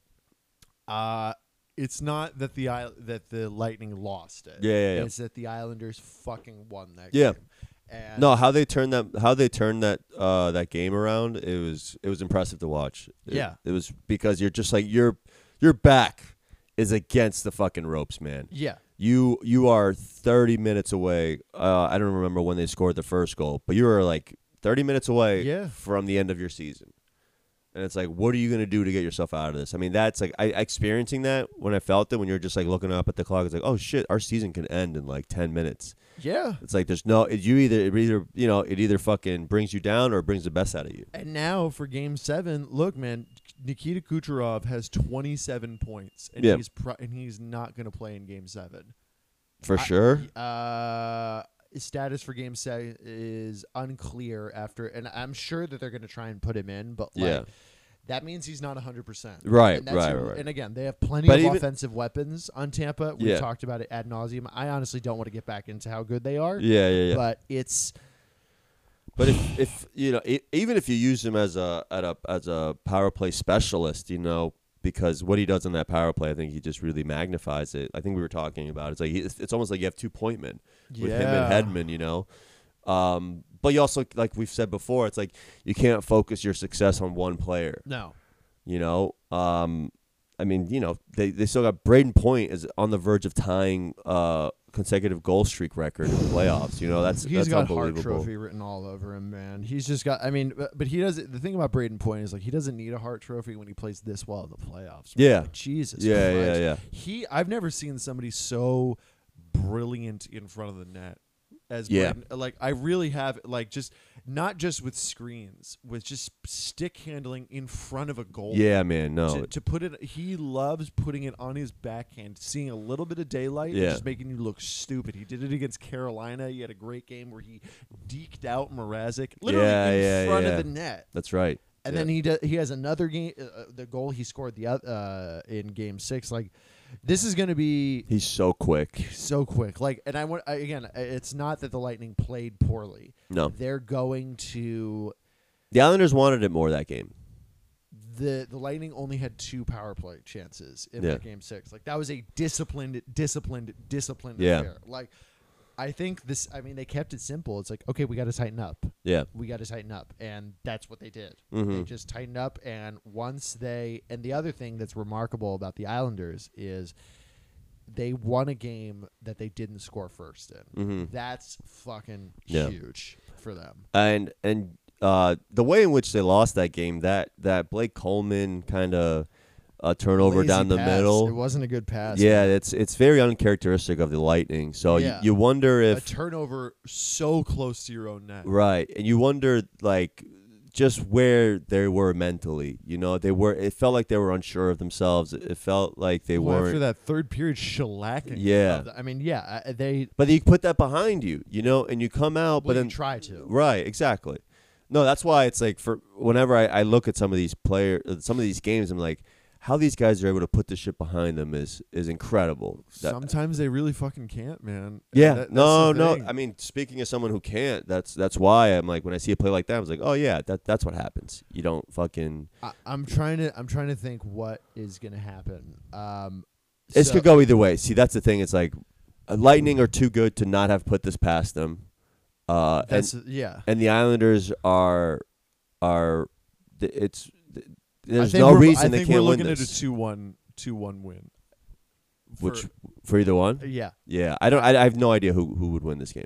S1: uh,
S6: It's not that the I- that the Lightning lost it.
S2: Yeah, yeah, yeah.
S1: it's that the Islanders fucking won that
S2: Yeah.
S1: game. And
S2: No, how they turned that how they turned that uh that game around, it was it was impressive to watch. It-
S1: Yeah.
S2: It was because you're just like your your back is against the fucking ropes, man.
S1: yeah,
S2: You you are 30 minutes away. Uh, I don't remember when they scored the first goal, but you were like 30 minutes away
S1: Yeah.
S2: from the end of your season. And it's like, what are you gonna do to get yourself out of this? I mean, that's like I experiencing that when I felt it. When you're just like looking up at the clock, it's like, oh shit, our season can end in like 10 minutes.
S1: yeah.
S2: It's like there's no it, you either it either you know it either fucking brings you down or it brings the best out of you.
S1: And now for game seven, look, man, Nikita Kucherov has 27 points, and
S2: Yeah.
S1: he's pro- and he's not going to play in game seven.
S2: For sure.
S1: Uh, his status for game seven is unclear after, and I'm sure that they're going to try and put him in, but like,
S2: Yeah.
S1: that means he's not 100. percent
S2: Right,
S1: and that's
S2: right,
S1: your-
S2: right.
S1: And again, they have plenty
S2: But
S1: of
S2: even-
S1: offensive weapons on Tampa. We
S2: Yeah.
S1: have talked about it ad nauseum. I honestly don't want to get back into how good they are,
S2: Yeah, yeah, yeah. But,
S1: but it's
S2: if if you know e- even if you use him as a at a as a power play specialist, you know because what he does in that power play, I think he just really magnifies it. I think we were talking about it. it's like he, it's, it's almost like you have two point men with
S1: Yeah.
S2: him and Hedman, you know. Um, but you also like we've said before, it's like you can't focus your success on one player.
S1: no.
S2: you know um I mean, you know, they, they still got Braden Point is on the verge of tying uh consecutive goal streak record in the playoffs. You know, that's
S1: He's
S2: that's
S1: got Hart
S2: unbelievable.
S1: Trophy written all over him, man. He's just got. I mean, but, but he doesn't. The thing about Braden Point is like he doesn't need a Hart Trophy when he plays this well in the playoffs. man.
S2: Yeah.
S1: Like, Jesus.
S2: Yeah, yeah,
S1: Christ.
S2: yeah.
S1: He.
S6: I've never seen somebody so brilliant in front of the net as
S2: Yeah.
S6: Braden- like I really have like just not just with screens with just stick handling in front of a goal
S2: Yeah, man, no.
S6: to, to put it he loves putting it on his backhand seeing a little bit of daylight and
S2: Yeah.
S6: just making you look stupid he did it against carolina he had a great game where he deked out Mrazek literally
S2: Yeah,
S6: in
S2: yeah,
S6: front
S2: yeah.
S6: of the net
S2: that's right.
S1: And
S2: Yeah.
S1: then he does, he has another game. Uh, uh, the goal he scored the oth- uh, in game six. Like this is going to be
S2: he's so quick.
S1: so quick. Like, and I want I, again. uh, It's not that the Lightning played poorly.
S2: No.
S1: They're going to
S2: The Islanders wanted it more that game.
S1: the the Lightning only had two power play chances in
S2: Yeah.
S1: that game six. Like that was a disciplined, disciplined, disciplined
S2: Yeah.
S1: affair. Like I think this. I mean, they kept it simple. It's like okay, we got to tighten up.
S2: Yeah.
S1: We got to tighten up, and that's what they did. They
S2: Mhm.
S1: just tightened up, and once they and the other thing that's remarkable about the Islanders is they won a game that they didn't score first in.
S2: Mhm.
S1: That's fucking
S2: Yeah.
S1: huge for them.
S2: And and uh the way in which they lost that game, that that Blake Coleman kind of uh, turnover
S1: Lazy
S2: down the
S1: pass.
S2: middle.
S1: It wasn't a good pass.
S2: Yeah, it's it's very uncharacteristic of the Lightning. So y-
S1: Yeah.
S2: you, wonder
S6: a
S2: if
S6: turnover so close to your own net
S2: right, and you wonder like just where they were mentally. You know, they were. It felt like they were unsure of themselves. It felt like they
S6: Well, after
S2: weren't.
S6: that third period shellacking
S2: yeah,
S1: I mean, yeah, I- they
S2: but you put that behind you, you know, and you come out,
S1: Well,
S2: but
S1: you
S2: then
S1: try to.
S2: Right, exactly. No, that's why it's like for whenever I, I look at some of these player, uh, some of these games, I'm like, how these guys are able to put this shit behind them is is incredible. That-
S6: Sometimes they really fucking can't, man.
S2: yeah,
S6: That- that's
S2: no,
S6: the
S2: no.
S6: thing.
S2: I mean, speaking as someone who can't, that's that's why I'm like when I see a play like that, I was like, oh yeah, that that's what happens. You don't fucking.
S1: I, I'm trying to. I'm trying to think what is going to happen. Um,
S2: This
S1: so-
S2: could go either way. See, that's the thing. It's like, uh, Lightning are too good to not have put this past them. Uh, and-
S1: That's yeah.
S2: and the Islanders are are th- it's th- there's
S1: think
S2: no
S1: we're- I
S2: reason
S6: I
S2: they
S6: think
S2: can't
S6: we're
S2: win
S6: looking at
S2: this.
S6: a 2-1, 2-1 win.
S2: which
S6: For-
S2: for either one,
S1: Yeah,
S2: yeah, I don't. I, I have no idea who who would win this game.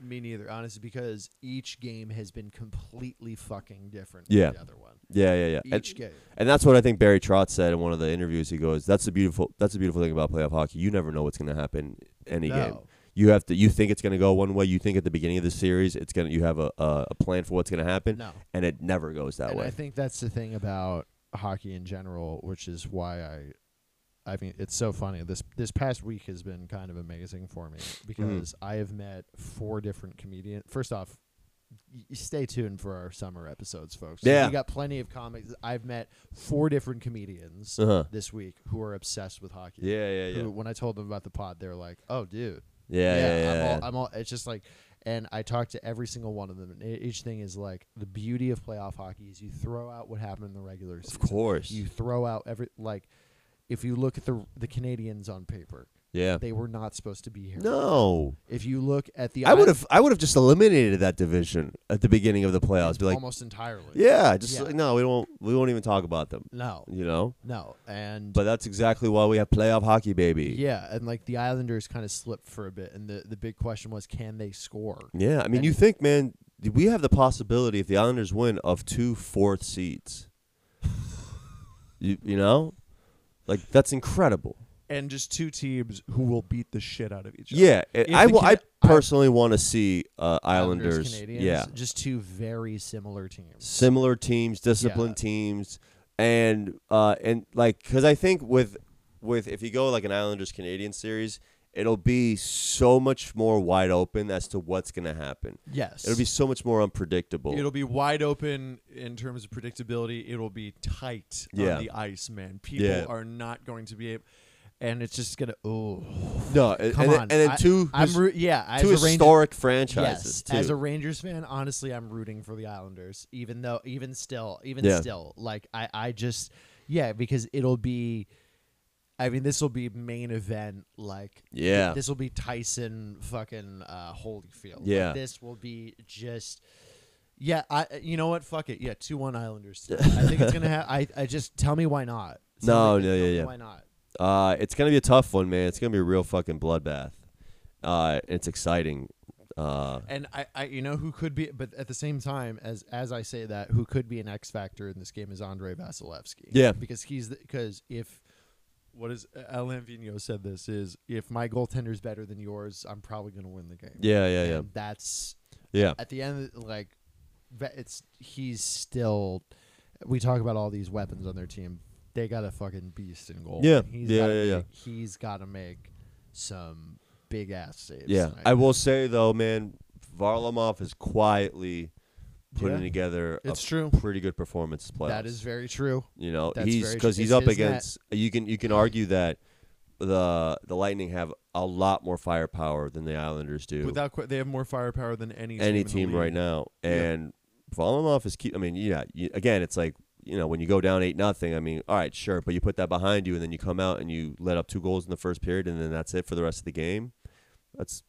S1: me neither. Honestly, because each game has been completely fucking different.
S2: Yeah.
S1: Than the other one.
S2: Yeah, yeah, yeah.
S1: Each
S2: And,
S1: game.
S2: and that's what I think Barry Trotz said in one of the interviews. He goes, "That's the beautiful. That's the beautiful thing about playoff hockey. You never know what's going to happen any game.
S1: No.
S2: You have to. You think it's going to go one way. You think at the beginning of the series, it's gonna. You have a a, a plan for what's going to happen,
S1: No.
S2: and it never goes that
S1: And
S2: way.
S1: I think that's the thing about hockey in general, which is why I. I mean, it's so funny. This this past week has been kind of amazing for me
S2: Mm.
S1: because I have met four different comedians. First off, y- y- stay tuned for our summer episodes, folks.
S2: Yeah.
S1: we got plenty of comics. I've met four different comedians
S2: Uh-huh.
S1: this week who are obsessed with hockey.
S2: Yeah, yeah, yeah,
S1: Who, when I told them about the pod, they were like, "Oh, dude,
S2: yeah, yeah, yeah.
S1: I'm,
S2: yeah.
S1: all, I'm all. It's just like, and I talk to every single one of them. And e- each thing is like the beauty of playoff hockey is you throw out what happened in the regular
S2: of
S1: season.
S2: course.
S1: you throw out every like. If you look at the the Canadians on paper,
S2: yeah.
S1: they were not supposed to be here.
S2: No.
S1: If you look at the,
S2: I would
S1: Islanders
S2: have I would have just eliminated that division at the beginning of the playoffs. Be like,
S1: almost entirely.
S2: yeah, just
S1: Yeah.
S2: like, no, we won't we won't even talk about them.
S1: No.
S2: You know,
S1: No. And
S2: but that's exactly why we have playoff hockey, baby.
S1: yeah, and like the Islanders kind of slipped for a bit, and the the big question was, can they score?
S2: Yeah, I mean,
S1: And-
S2: you think, man, we have the possibility if the Islanders win of two fourth seeds. you you know, like that's incredible.
S6: And just two teams who will beat the shit out of each other.
S2: Yeah, it,
S6: If
S2: I
S6: the
S2: will- I
S6: Can-
S1: I-
S2: personally want to see uh, Islanders.
S1: Canadians,
S2: yeah,
S1: just two very similar teams.
S2: similar teams, disciplined teams, and uh, and like because I think with with if you go like an Islanders Canadian series, it'll be so much more wide open as to what's gonna happen.
S1: Yes,
S2: It'll be so much more unpredictable.
S6: It'll be wide open in terms of predictability. It'll be tight
S2: Yeah.
S6: on the ice, man. People
S2: Yeah.
S6: are not going to be able.
S1: and it's just gonna oh
S2: no, and,
S1: come
S2: and,
S1: on
S2: and then
S1: I-
S2: two
S1: I'm
S2: his-
S1: roo- yeah as
S2: two
S1: a Ranger-
S2: historic
S1: yes
S2: franchises too.
S1: as a Rangers fan honestly I'm rooting for the Islanders even though even still even
S2: Yeah.
S1: still like I I just yeah because it'll be I mean this will be main event like
S2: Yeah.
S1: this will be Tyson fucking uh, Holyfield Like,
S2: Yeah.
S1: this will be just.
S2: [LAUGHS]
S1: Yeah, I you know what? Fuck it. Yeah, two one Islanders. I think it's gonna have. I I just tell me why not. Seems
S2: No,
S1: like
S2: no,
S1: they-
S2: yeah, yeah.
S1: Why not?
S2: Uh, it's gonna be a tough one, man. It's gonna be a real fucking bloodbath. Uh, it's exciting. Uh,
S1: And I, I, you know, who could be, but at the same time, as as I say that, who could be an X factor in this game is Andre Vasilevsky.
S2: Yeah.
S1: because he's because if what is Alain Vigneault said this is if my goaltender's better than yours, I'm probably going to win the game.
S2: yeah, yeah, yeah,
S1: And that's
S2: yeah.
S1: at the end, like ve- it's he's still. We talk about all these weapons on their team. They got a fucking beast in goal.
S2: Yeah.
S1: he's
S2: Yeah,
S1: gotta
S2: yeah, yeah.
S1: make- He's got to make some big ass saves.
S2: Yeah,
S1: tonight.
S2: I will say though, man, Varlamov is quietly putting
S1: Yeah.
S2: together
S1: It's
S2: a
S1: true.
S2: pretty good performance this playoffs.
S1: That is very true.
S2: you know,
S1: that's
S2: he's
S1: very
S2: because
S1: true.
S2: he's
S1: It's
S2: up
S1: his net.
S2: against. You can you can argue that the the Lightning have a lot more firepower than the Islanders do.
S6: Without que- they have more firepower than any
S2: any
S6: team, in
S2: team
S6: the league.
S2: right now,
S6: Yeah.
S2: and Varlamov is keep. I mean, yeah, you, again, it's like. You know, when you go down eight nothing, I mean, all right, sure, but you put that behind you, and then you come out and you let up two goals in the first period, and then that's it for the rest of the game. That's,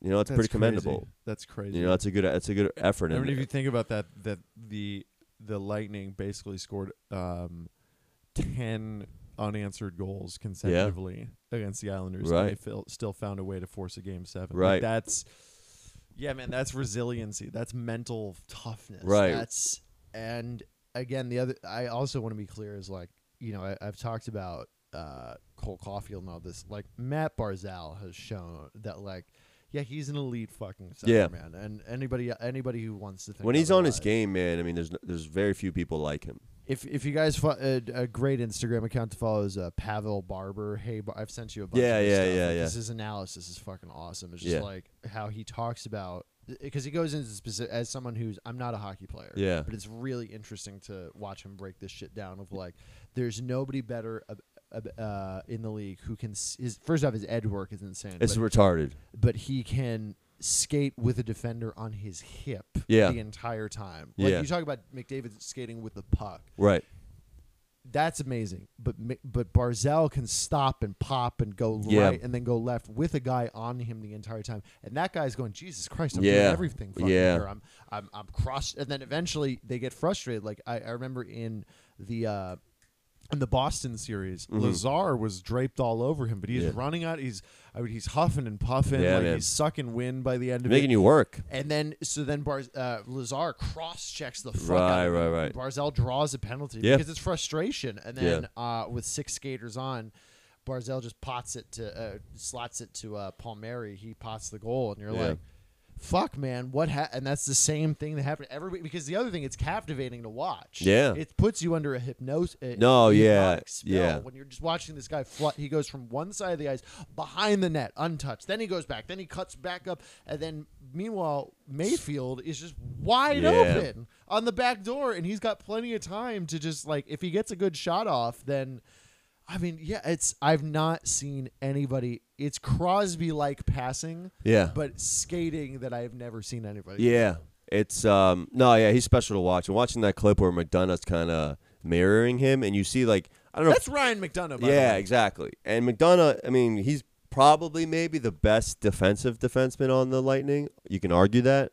S2: you know, that's, pretty commendable.
S6: That's crazy.
S2: You know, that's a good that's a good effort.
S6: I
S2: in
S6: mean, if
S2: there.
S6: you think about that, that the the Lightning basically scored um, ten unanswered goals consecutively against the Islanders, and they
S2: Right.
S6: fil- still found a way to force a game seven. Like,
S2: Right.
S6: that's yeah, man. That's resiliency. That's mental toughness.
S2: Right.
S1: That's and again the other. I also want to be clear is like you know I, I've talked about uh, Cole Caulfield and all this. Like Matt Barzal has shown that like yeah he's an elite fucking center
S2: Yeah.
S1: man and anybody anybody who wants to think
S2: when he's on his
S1: otherwise-
S2: game, man, I mean, there's n- there's very few people like him.
S1: If if you guys fo- a, a great Instagram account to follow is uh, Pavel Barber. Hey, Bar- I've sent you a bunch.
S2: Yeah,
S1: of his
S2: yeah,
S1: stuff.
S2: yeah,
S1: Like,
S2: yeah.
S1: This his analysis is fucking awesome. It's just
S2: Yeah.
S1: like how he talks about because he goes into specific as someone who's I'm not a hockey player.
S2: Yeah.
S1: but it's really interesting to watch him break this shit down. Of like, there's nobody better. ab- ab- Uh, in the league, who can s- his first off his edge work is insane,
S2: It's
S1: but,
S2: retarded.
S1: but he can skate with a defender on his hip
S2: Yeah.
S1: the entire time. Like
S2: Yeah.
S1: you talk about McDavid skating with the puck,
S2: Right.
S1: that's amazing. But Mi- but Barzell can stop and pop and go
S2: Yeah.
S1: right and then go left with a guy on him the entire time, and that guy's going, Jesus Christ, I'm doing
S2: Yeah.
S1: everything. Fucking
S2: Yeah.
S1: here. I'm I'm I'm crossed, and then eventually they get frustrated. Like I, I remember in the. Uh,
S6: in the Boston series, Lazar was draped all over him, but he's
S2: Mm-hmm. Yeah.
S6: running out. He's I mean, he's huffing and puffing,
S2: Yeah,
S6: like
S2: man.
S6: he's sucking wind by the end of
S2: Making
S6: it.
S2: you work.
S1: and then, so then Bar- uh, Lazar cross checks the fuck out
S2: Right,
S1: of him.
S2: right, right.
S1: Barzell draws a penalty
S2: Yeah.
S1: because it's frustration. And then uh, with six skaters on, Barzell just pots it to, uh, slots it to uh, Palmieri. He pots the goal. And you're
S2: Yeah.
S1: like, fuck, man, what ha-? And that's the same thing that happened every week. Because the other thing, it's captivating to watch.
S2: Yeah.
S1: It puts you under a hypnosis.
S2: No, yeah,
S1: spell
S2: yeah.
S1: When you're just watching this guy, fly, he goes from one side of the ice behind the net, untouched. Then he goes back. Then he cuts back up. And then, meanwhile, Mayfield is just wide
S2: Yeah.
S1: open on the back door, and he's got plenty of time to just like if he gets a good shot off, then. I mean, yeah, it's I've not seen anybody. It's Crosby like passing,
S2: Yeah.
S1: but skating that I have never seen anybody.
S2: Yeah. It's um no yeah he's special to watch and watching that clip where McDonough's kind of mirroring him and you see like I don't know
S6: That's Ryan McDonough. By
S2: yeah
S6: the way.
S2: exactly and McDonough I mean he's probably maybe the best defensive defenseman on the Lightning you can argue that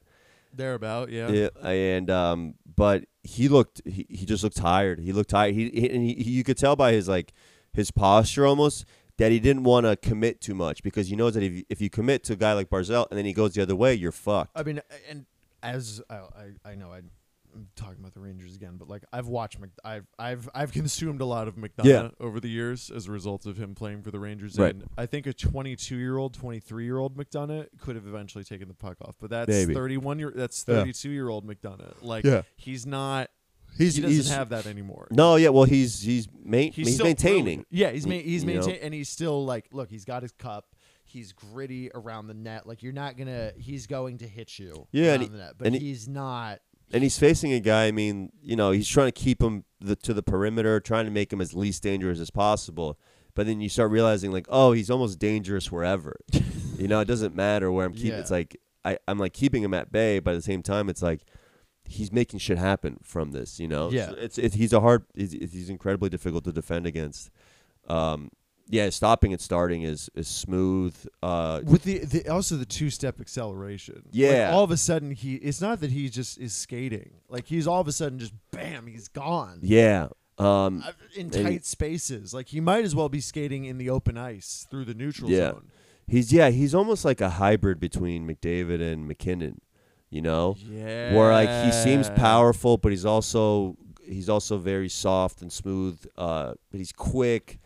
S6: thereabout. Yeah.
S2: Yeah, and um, but he looked he, he just looked tired. He looked tired. He, he and he, he- you could tell by his like his posture almost that he didn't want to commit too much because he knows that if you- if you commit to a guy like Barzell and then he goes the other way, you're fucked.
S1: I mean, a- and as I, I, I know I'm talking about the Rangers again, but like I've watched, Mc, I've, I've, I've
S6: consumed a lot of McDonough
S2: Yeah.
S6: over the years as a result of him playing for the Rangers.
S2: Right.
S6: And I think a 22 year old, 23 year old McDonough could have eventually taken the puck off, but that's
S2: Maybe.
S6: 31 year, that's
S2: Yeah.
S6: 32 year old McDonough. Like
S2: Yeah.
S6: he's not,
S2: He's-
S6: he doesn't
S2: he's-
S6: have that anymore.
S2: no, yeah, well he's he's main,
S6: He's,
S2: he's,
S6: still
S2: maintaining. Mm.
S6: brilliant. Yeah, he's ma-
S2: Y-
S6: he's
S2: you know?
S6: maintaining.
S1: and he's still like, look, he's got his cup. He's gritty around the net. Like you're not gonna, he's going to hit you.
S2: Yeah, and
S1: around
S2: he-
S1: the net, but
S2: and he-
S1: he's not.
S2: And he's facing a guy. I mean, you know, he's trying to keep him the, to the perimeter, trying to make him as least dangerous as possible. But then you start realizing, like, oh, he's almost
S1: [LAUGHS]
S2: dangerous wherever. you know, it doesn't matter where I'm keeping.
S1: Yeah.
S2: It's like I, I'm like keeping him at bay, but at the same time, it's like he's making shit happen from this. You know,
S1: Yeah.
S2: So it's it, he's a hard. He's, he's incredibly difficult to defend against. Um, yeah, stopping and starting is is smooth. Uh,
S6: with the, the also the two step acceleration. Like,
S2: Yeah.
S6: all of a sudden he it's not that he just is skating. Like he's all of a sudden just bam, he's gone.
S2: yeah. Um,
S6: uh, in
S2: And-
S6: tight spaces. Like he might as well be skating in the open ice through the neutral
S2: Yeah.
S6: zone.
S2: he's yeah, he's almost like a hybrid between McDavid and McKinnon. You know,
S6: Yeah.
S2: where like he seems powerful, but he's also he's also very soft and smooth. Uh, but he's quick.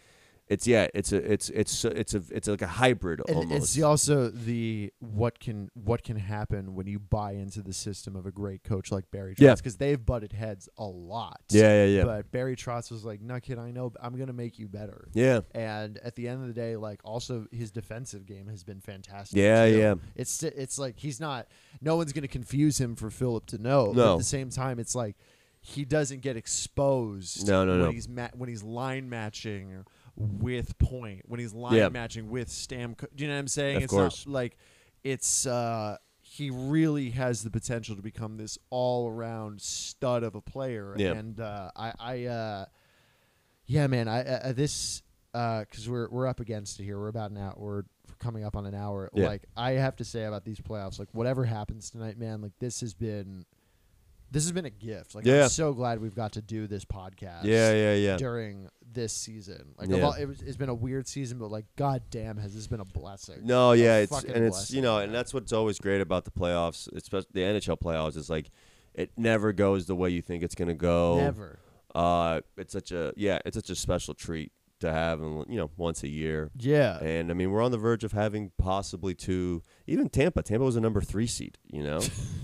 S2: It's yeah, it's a it's it's it's a it's like a hybrid
S1: And
S2: almost.
S1: it's the- also the what can what can happen when you buy into the system of a great coach like Barry Trotz
S2: Yeah.
S1: because they've butted heads a lot.
S2: yeah, yeah, yeah,
S1: But Barry Trotz was like, "No kid, I know. but I'm gonna make you better."
S2: yeah.
S1: And at the end of the day, like also his defensive game has been fantastic.
S2: Yeah,
S1: too.
S2: yeah.
S1: It's it's like he's not. No one's gonna confuse him for Philip to know. But
S2: No.
S1: at the same time, it's like he doesn't get exposed.
S2: No, no,
S6: when
S2: no.
S6: He's ma- when he's line matching with point. When he's line
S2: Yeah.
S6: matching with Stamco. Do you know what I'm saying?
S2: Of
S6: it's
S2: course.
S6: not like it's. uh he really has the potential to become this all-around stud of a player,
S2: Yeah.
S1: and uh, I, I uh, yeah, man, I uh, this because we're we're up against it here. We're about an hour. We're coming up on an hour.
S2: Yeah.
S1: Like I have to say about these playoffs, like whatever happens tonight, man, like this has been this has been a gift. Like
S2: Yeah.
S1: I'm so glad we've got to do this podcast.
S2: Yeah, yeah, yeah.
S1: During this season, like of
S2: Yeah.
S1: all, it was, it's been a weird season, but like, goddamn, has this been a blessing?
S2: No,
S1: A
S2: yeah, it's
S1: fucking
S2: and it's
S1: blessing,
S2: you know,
S1: man.
S2: and that's what's always great about the playoffs, especially the NHL playoffs. Is like it never goes the way you think it's gonna go.
S1: never.
S2: Uh, it's such a yeah, it's such a special treat to have, and you know, once a year.
S1: Yeah,
S2: And I mean, we're on the verge of having possibly two. Even Tampa, Tampa was a number three seed. You know,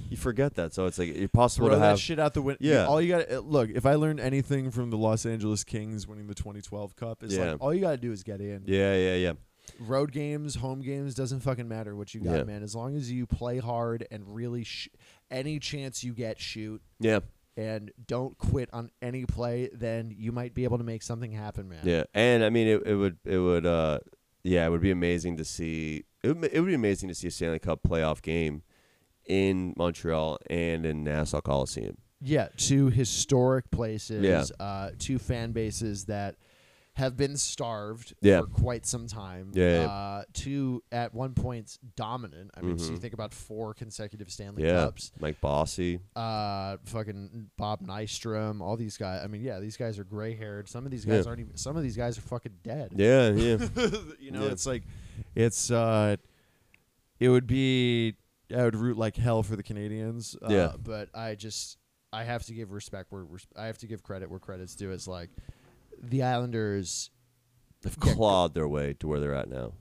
S2: you forget that. So it's like it's possible
S6: Throw
S2: to
S6: that
S2: have.
S6: shit out the window.
S2: Yeah.
S6: All you got to look. If I learned anything from the Los Angeles Kings winning the 2012 Cup, is
S2: Yeah.
S6: like all you got to do is get in.
S2: yeah, yeah, yeah,
S1: road games, home games doesn't fucking matter what you got,
S2: Yeah.
S1: man. As long as you play hard and really, sh- any chance you get, shoot
S2: yeah,
S1: and don't quit on any play. Then you might be able to make something happen, man.
S2: yeah. And I mean, it, it would it would uh yeah, it would be amazing to see. It would, it would be amazing to see a Stanley Cup playoff game in Montreal and in Nassau Coliseum.
S1: Yeah, two historic places,
S2: Yeah.
S1: uh, two fan bases that have been starved
S2: Yeah.
S1: for quite some time.
S2: Yeah, yeah.
S1: Uh, two at one point dominant. I mean, so you
S2: Mhm.
S1: think about four consecutive Stanley
S2: Yeah,
S1: Cups.
S2: Mike Bossy.
S1: Uh, fucking Bob Nystrom, all these guys. I mean, yeah, these guys are gray haired. Some of these
S2: Yeah.
S1: guys aren't even. Some of these guys are fucking dead.
S2: Yeah, yeah.
S6: you know,
S2: Yeah.
S6: it's uh, like it's uh it would be I would root like hell for the Canadians. Uh,
S2: Yeah.
S1: but I just I have to give respect where res- I have to give credit where credit's due. It's like the Islanders
S2: They've
S1: Yeah, go-
S2: clawed their way to where they're at now.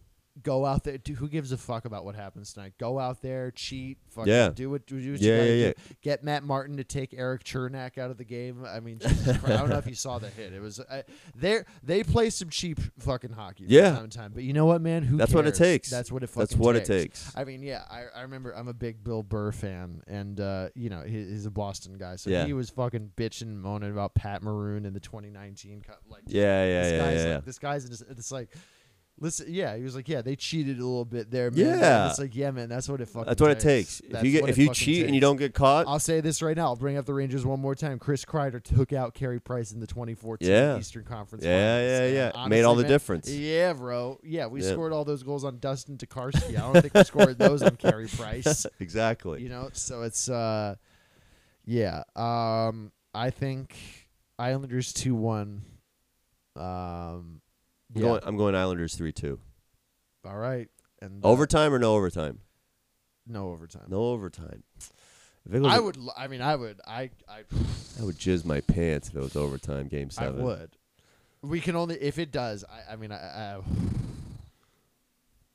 S1: go out there. Do, who gives a fuck about what happens tonight? Go out there, cheat, fucking
S2: Yeah.
S1: do what do what you
S2: Yeah,
S1: gotta
S2: yeah,
S1: do. Get Matt Martin to take Eric Chernak out of the game. I mean, Jesus Christ, I don't know if you saw the hit. It was uh, they they play some cheap fucking hockey. from
S2: Yeah.
S1: time to time. But you know what, man? Who
S2: That's what it
S1: cares?
S2: takes.
S1: That's what it fucking
S2: That's what
S1: takes.
S2: it takes.
S1: I mean, yeah, I, I remember I'm a big Bill Burr fan, and uh, you know he, he's a Boston guy, so
S2: Yeah.
S1: he was fucking bitching, and moaning about Pat Maroon in the 2019 Cup. Like,
S2: Yeah, yeah,
S1: this
S2: yeah,
S1: guy's
S2: yeah, yeah.
S1: like, this guy's just, it's like, listen, yeah, he was like, yeah, they cheated a little bit there, man. And
S2: Yeah.
S1: it's like, yeah, man, that's what it fucking.
S2: That's what it takes. If
S1: That's
S2: you get
S1: what
S2: if
S1: it
S2: you
S1: fucking
S2: cheat and you
S1: takes.
S2: don't get caught,
S1: I'll say this right now. I'll bring up the Rangers one more time. Chris Kreider took out Carey Price in the 2014
S2: Yeah.
S1: Eastern Conference.
S2: Yeah,
S1: Finals.
S2: yeah,
S1: And
S2: yeah. Made
S1: honestly,
S2: all the
S1: man,
S2: difference.
S1: Yeah, bro. Yeah, we
S2: Yeah.
S1: scored all those goals on Dustin Tokarski. I don't think we scored those on
S2: [LAUGHS]
S1: Carey Price.
S2: exactly.
S1: You know, so it's uh, yeah. Um, I think Islanders two one. Um,
S2: I'm,
S1: yeah.
S2: going, I'm going Islanders three two.
S1: All right. And uh,
S2: Overtime or no overtime?
S1: No overtime.
S2: No overtime. If it was,
S1: I would. l- I mean, I would. I. I.
S2: I would jizz my pants if it was overtime game
S1: I
S2: seven.
S1: would. We can only if it does. I. I mean, I. I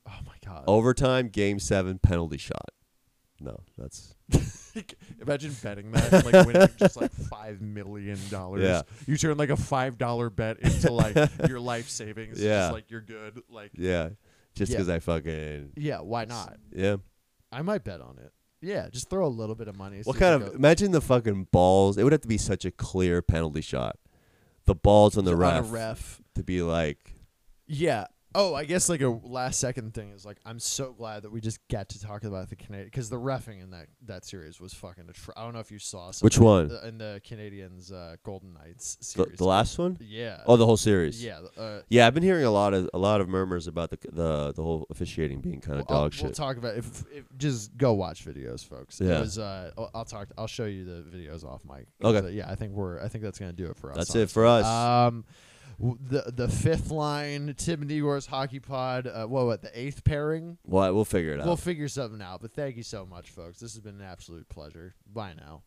S1: oh my god.
S2: Overtime game seven penalty shot. No, that's
S6: Imagine betting that and, like winning just like five million dollars.
S2: Yeah.
S6: You turn like a five dollar bet
S2: [LAUGHS]
S6: into like your life savings. Yeah.
S2: Yeah.
S6: Just like you're good. Like
S2: yeah. Just
S1: Yeah.
S2: because I fucking
S1: Yeah. Why not?
S2: yeah.
S1: I might bet on it. Yeah. Just throw a little bit of money. see
S2: What
S1: if
S2: kind
S1: it
S2: of
S1: goes-
S2: imagine the fucking balls? It would have to be such a clear penalty shot. The balls on the
S1: on a
S2: ref,
S1: ref?
S2: to be like
S1: Yeah. Oh, I guess like a last second thing is like I'm so glad that we just get to talk about the Canadian because the refing in that that series was fucking. Atro- I don't know if you saw some
S2: Which one?
S1: uh, in the Canadians uh, Golden Knights
S2: The,
S1: series.
S2: the last one?
S1: yeah.
S2: Oh, the whole series.
S1: yeah. Uh,
S2: Yeah, I've been hearing a lot of a lot of murmurs about the the the whole officiating being kind of
S1: Well, I'll-
S2: dog
S1: We'll
S2: shit.
S1: talk about if, if just go watch videos, folks. It
S2: Yeah.
S1: was, uh, I'll, I'll talk. I'll show you the videos off mic.
S2: Okay.
S1: So, yeah, I think we're. I think that's gonna do it for us.
S2: That's
S1: honestly.
S2: it for us.
S1: Um, w- the the fifth line, Tim and Igor's hockey pod. Uh, what, what the eighth pairing?
S2: well, we'll figure it out.
S1: We'll figure something out. But thank you so much, folks. This has been an absolute pleasure. Bye now.